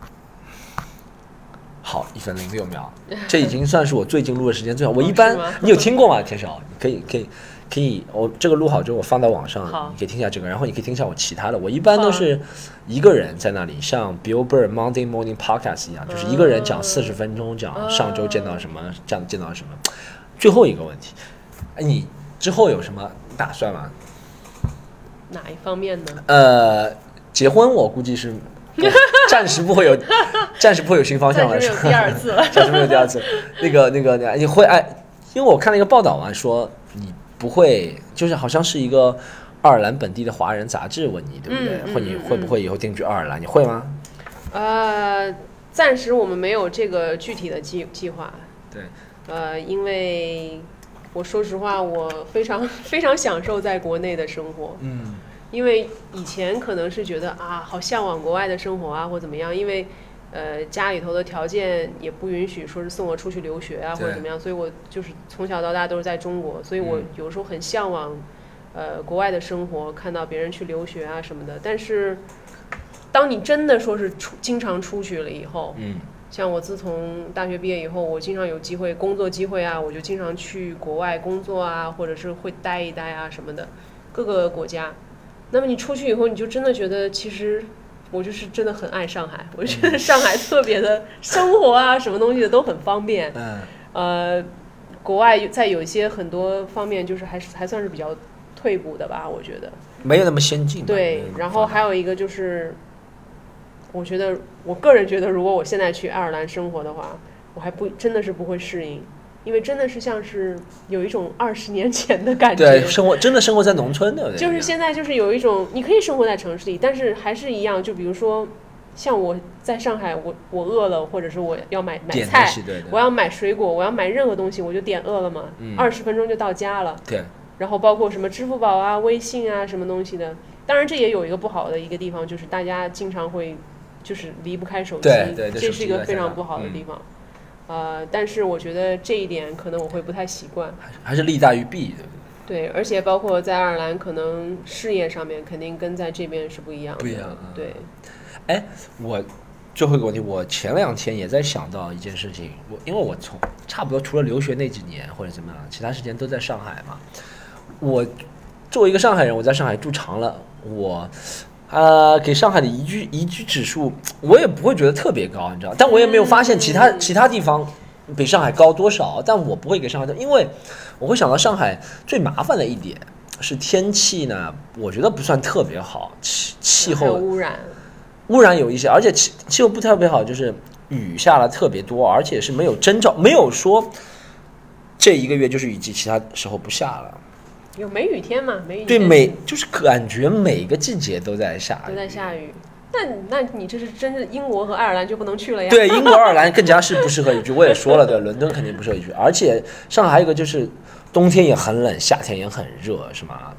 好，一分零六秒，这已经算是我最近录的时间最好。我一哦般是吗你有听过吗？田少，你可以可以可以，我这个录好之后我放到网上，好你可以听一下这个，然后你可以听一下我其他的。我一般都是一个人在那里，像 Bill Burr Monday Morning Podcast 一样，就是一个人讲四十分钟，讲上周见到什么，这样见到什么。最后一个问题，哎，你之后有什么打算吗？哪一方面呢？呃，结婚我估计是 暂时不会 有，暂时不会有新方向了，暂，时没有第二次了 暂时没有第二次。那个那个，你会爱？因为我看了一个报道嘛，说你不会，就是好像是一个爱尔兰本地的华人杂志问你，对不对？嗯嗯会你嗯会不会以后定居爱尔兰？你会吗？呃，暂时我们没有这个具体的计计划，对，呃，因为我说实话，我非常 非常享受在国内的生活，嗯因为以前可能是觉得啊，好向往国外的生活啊，或怎么样，因为呃家里头的条件也不允许说是送我出去留学啊，对或者怎么样，所以我就是从小到大都是在中国，所以我嗯有时候很向往呃国外的生活，看到别人去留学啊什么的，但是。当你真的说是出经常出去了以后，嗯像我自从大学毕业以后，我经常有机会工作机会啊，我就经常去国外工作啊，或者是会待一待啊什么的，各个国家。那么你出去以后，你就真的觉得其实。我就是真的很爱上海，我就觉得上海特别的生活啊，什么东西的都很方便。嗯呃，国外在有一些很多方面就是还是还算是比较退步的吧，我觉得。没有那么先进吧。对没有那，么然后还有一个就是，我觉得我个人觉得，如果我现在去爱尔兰生活的话，我还不真的是不会适应，因为真的是像是有一种二十年前的感觉对。生活真的生活在农村，对不对？就是现在就是有一种，你可以生活在城市里，但是还是一样，就比如说，像我在上海，我我饿了，或者是我要买买点东菜，西，对我对要买水果，我要买任何东西，我就点饿了么嗯，二十、分钟就到家了。对，然后包括什么支付宝啊、微信啊什么东西的。当然，这也有一个不好的一个地方，就是大家经常会就是离不开手机，对对对这是一手机个在非家常不好的嗯地方。呃，但是我觉得这一点可能我会不太习 惯。还是利大于弊，对不对？对，而且包括在爱尔兰，可能事业上面肯定跟在这边是不一样的。不一样嗯对，我最后一个问题，我前两天也在想到一件事情，我因为我从差不多除了留学那几年或者怎么样，其他时间都在上海嘛。我作为一个上海人，我在上海住长了，我呃给上海的宜居宜居指数，我也不会觉得特别高，你知道，但我也没有发现其他、嗯其他地方比上海高多少，但我不会给上海的，因为我会想到上海最麻烦的一点是天气呢，我觉得不算特别好，气气还有候污染，污染有一些，而且气气候不特别好，就是雨下了特别多，而且是没有征兆，没有说这一个月就是雨季，其他时候不下了。有梅雨天嘛？梅雨对，天每就是感觉每个季节都在下雨，都在下雨。那那你这是真是英国和爱尔兰就不能去了呀？对，英国、爱尔兰更加是不适合宜居。我也说了，对，伦敦肯定不适合宜居，而且上海还有一个就是冬天也很冷，夏天也很热，是吗？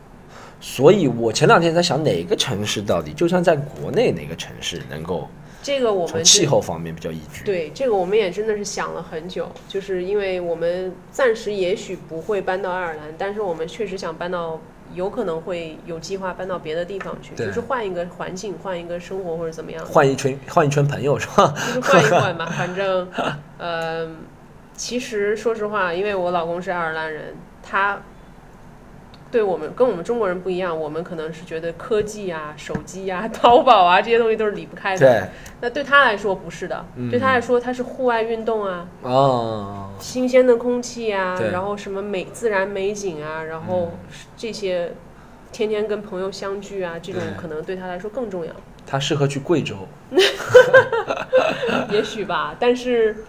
所以我前两天在想，哪个城市到底，就算在国内哪个城市能够这个我从们气就候方面比较宜居？，对这个我们也真的是想了很久，就是因为我们暂时也许不会搬到爱尔兰，但是我们确实想搬到，有可能会有计划搬到别的地方去，对就是换一个环境，换一个生活或者怎么样，换一圈换一圈朋友是吧？就是换一换吧。反正，呃，其实说实话，因为我老公是爱尔兰人，他。对我们跟我们中国人不一样，我们可能是觉得科技啊、手机啊、 淘宝啊这些东西都是离不开的。对，嗯那对他来说不是的，对他来说他是户外运动啊，哦，新鲜的空气啊对，然后什么美自然美景啊，然后这些天天跟朋友相聚啊，这种对可能对他来说更重要， 他适合去贵州，也许吧。但是，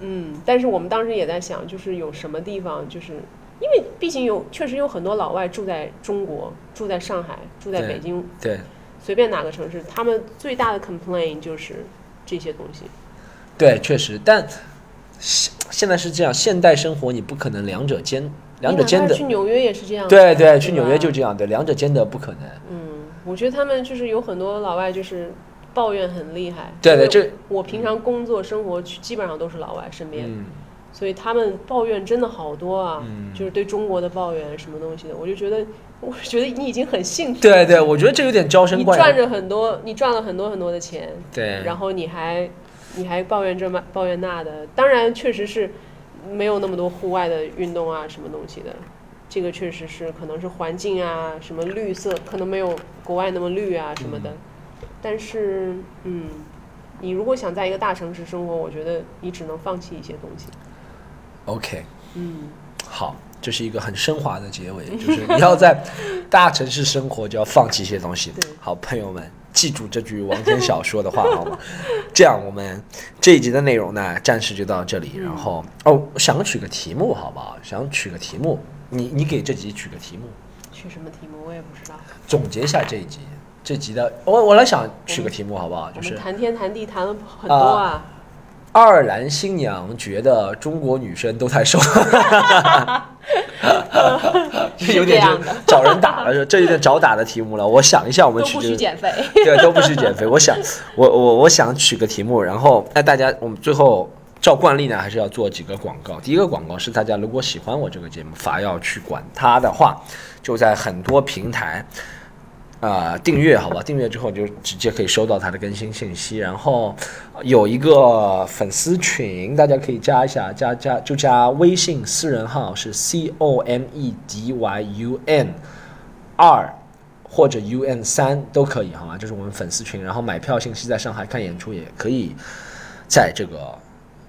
嗯，但是我们当时也在想，就是有什么地方，就是因为毕竟有确实有很多老外住在中国，住在上海，住在对北京，对随便哪个城市，他们最大的 complain 就是这些东西。对，确实，但现现在是这样，现代生活你不可能两者兼两你者哪兼怕得去，纽约也是这样的。对对，去纽吧约就这样，对，两者兼得不可能。嗯，我觉得他们就是有很多老外就是抱怨很厉害。对对因为这我平常工作生活去基本上都是老外身边，嗯。所以他们抱怨真的好多啊，嗯就是对中国的抱怨什么东西的，我就觉得，我觉得你已经很幸福，对对，我觉得这有点娇生你惯赚养。着很多，你赚了很多很多的钱，对，然后你还你还抱怨这么抱怨那的，当然确实是没有那么多户外的运动啊，什么东西的。这个确实是，可能是环境啊，什么绿色，可能没有国外那么绿啊什么的。但是，嗯，你如果想在一个大城市生活，我觉得你只能放弃一些东西。 OK，嗯，好，这是一个很升华的结尾， 就是你要在大城市生活，就要放弃一些东西对。好，朋友们。记住这句王天晓说的话，好吗？ 这样我们这一集的内容呢，暂时就到这嗯里。然后哦，我想取个题目，好不好？想取个题目，你你给这集取个题目，取什么题目我也不知道。总结一下这一集。这集的我我来想取个题目，好不好？就我是们谈天谈地谈了很多啊，爱尔兰新娘觉得中国女生都太瘦，这有点是就找人打了，这这有点找打的题目了。我想一下，我们都取不这许个减肥。。对，都不许减肥。我想，我我我想取个题目，然后那大家我们最后照惯例呢，还是要做几个广告。第一个广告是大家如果喜欢我这个节目，法要去管它的话，就在很多平台。呃，订阅好吧，订阅之后你就直接可以收到它的更新信息。然后有一个粉丝群，大家可以加一下，加加就加微信私人号是 C O M E D Y U N 二或者 UN 三都可以，好吗？这是我们粉丝群。然后买票信息在上海看演出也可以在这个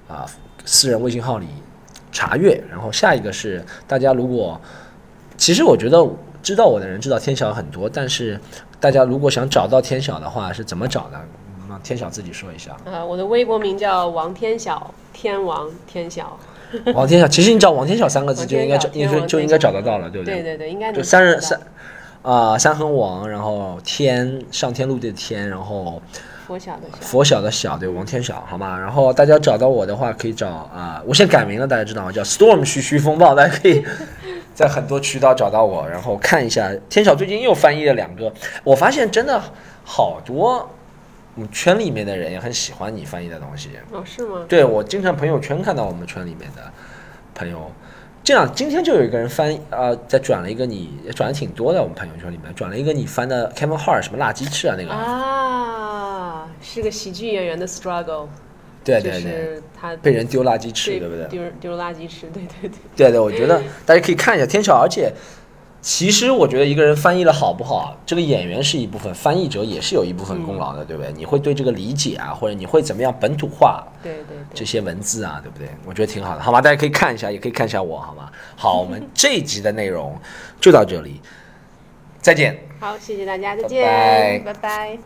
啊、私人微信号里查阅。然后下一个是大家如果其实我觉得知道我的人知道天晓很多，但是大家如果想找到天晓的话是怎么找呢？嗯让天晓自己说一下 呃，我的微博名叫王天晓，天王天晓，王天晓，其实你找王天晓三个字王就应天该晓找，天应该王就天应该晓找得到了，对不对对对，应该能就三人找到三，啊、三横王，然后天上天路的天，然后我晓得晓。佛晓的晓，对，王天晓，好吗？然后大家找到我的话，可以找啊、我现在改名了，大家知道吗？叫 Storm 徐徐风暴，大家可以在很多渠道找到我，然后看一下。天晓最近又翻译了两个，我发现真的好多，嗯，圈里面的人也很喜欢你翻译的东西。哦，是吗？对我经常朋友圈看到我们圈里面的朋友，这样今天就有一个人翻啊、呃，在转了一个你转的挺多的，我们朋友圈里面转了一个你翻的 Kevin Hart 什么辣鸡翅啊那个，啊，是个喜剧演员的 struggle，对对对，就是他被人丢垃圾吃，对对不对？丢嗯丢垃圾吃，对对对，对对，我觉得大家可以看一下天桥，而且其实我觉得一个人翻译的好不好，这个演员是一部分，翻译者也是有一部分嗯功劳的，对不对？你会对这个理解啊，或者你会怎么样本土化对对对。这些文字啊，对不对？我觉得挺好的， 好吗？大家可以看一下，也可以看一下我，好吗？好，我们这一集的内容就到这里。再见。好，谢谢大家，再拜见，拜拜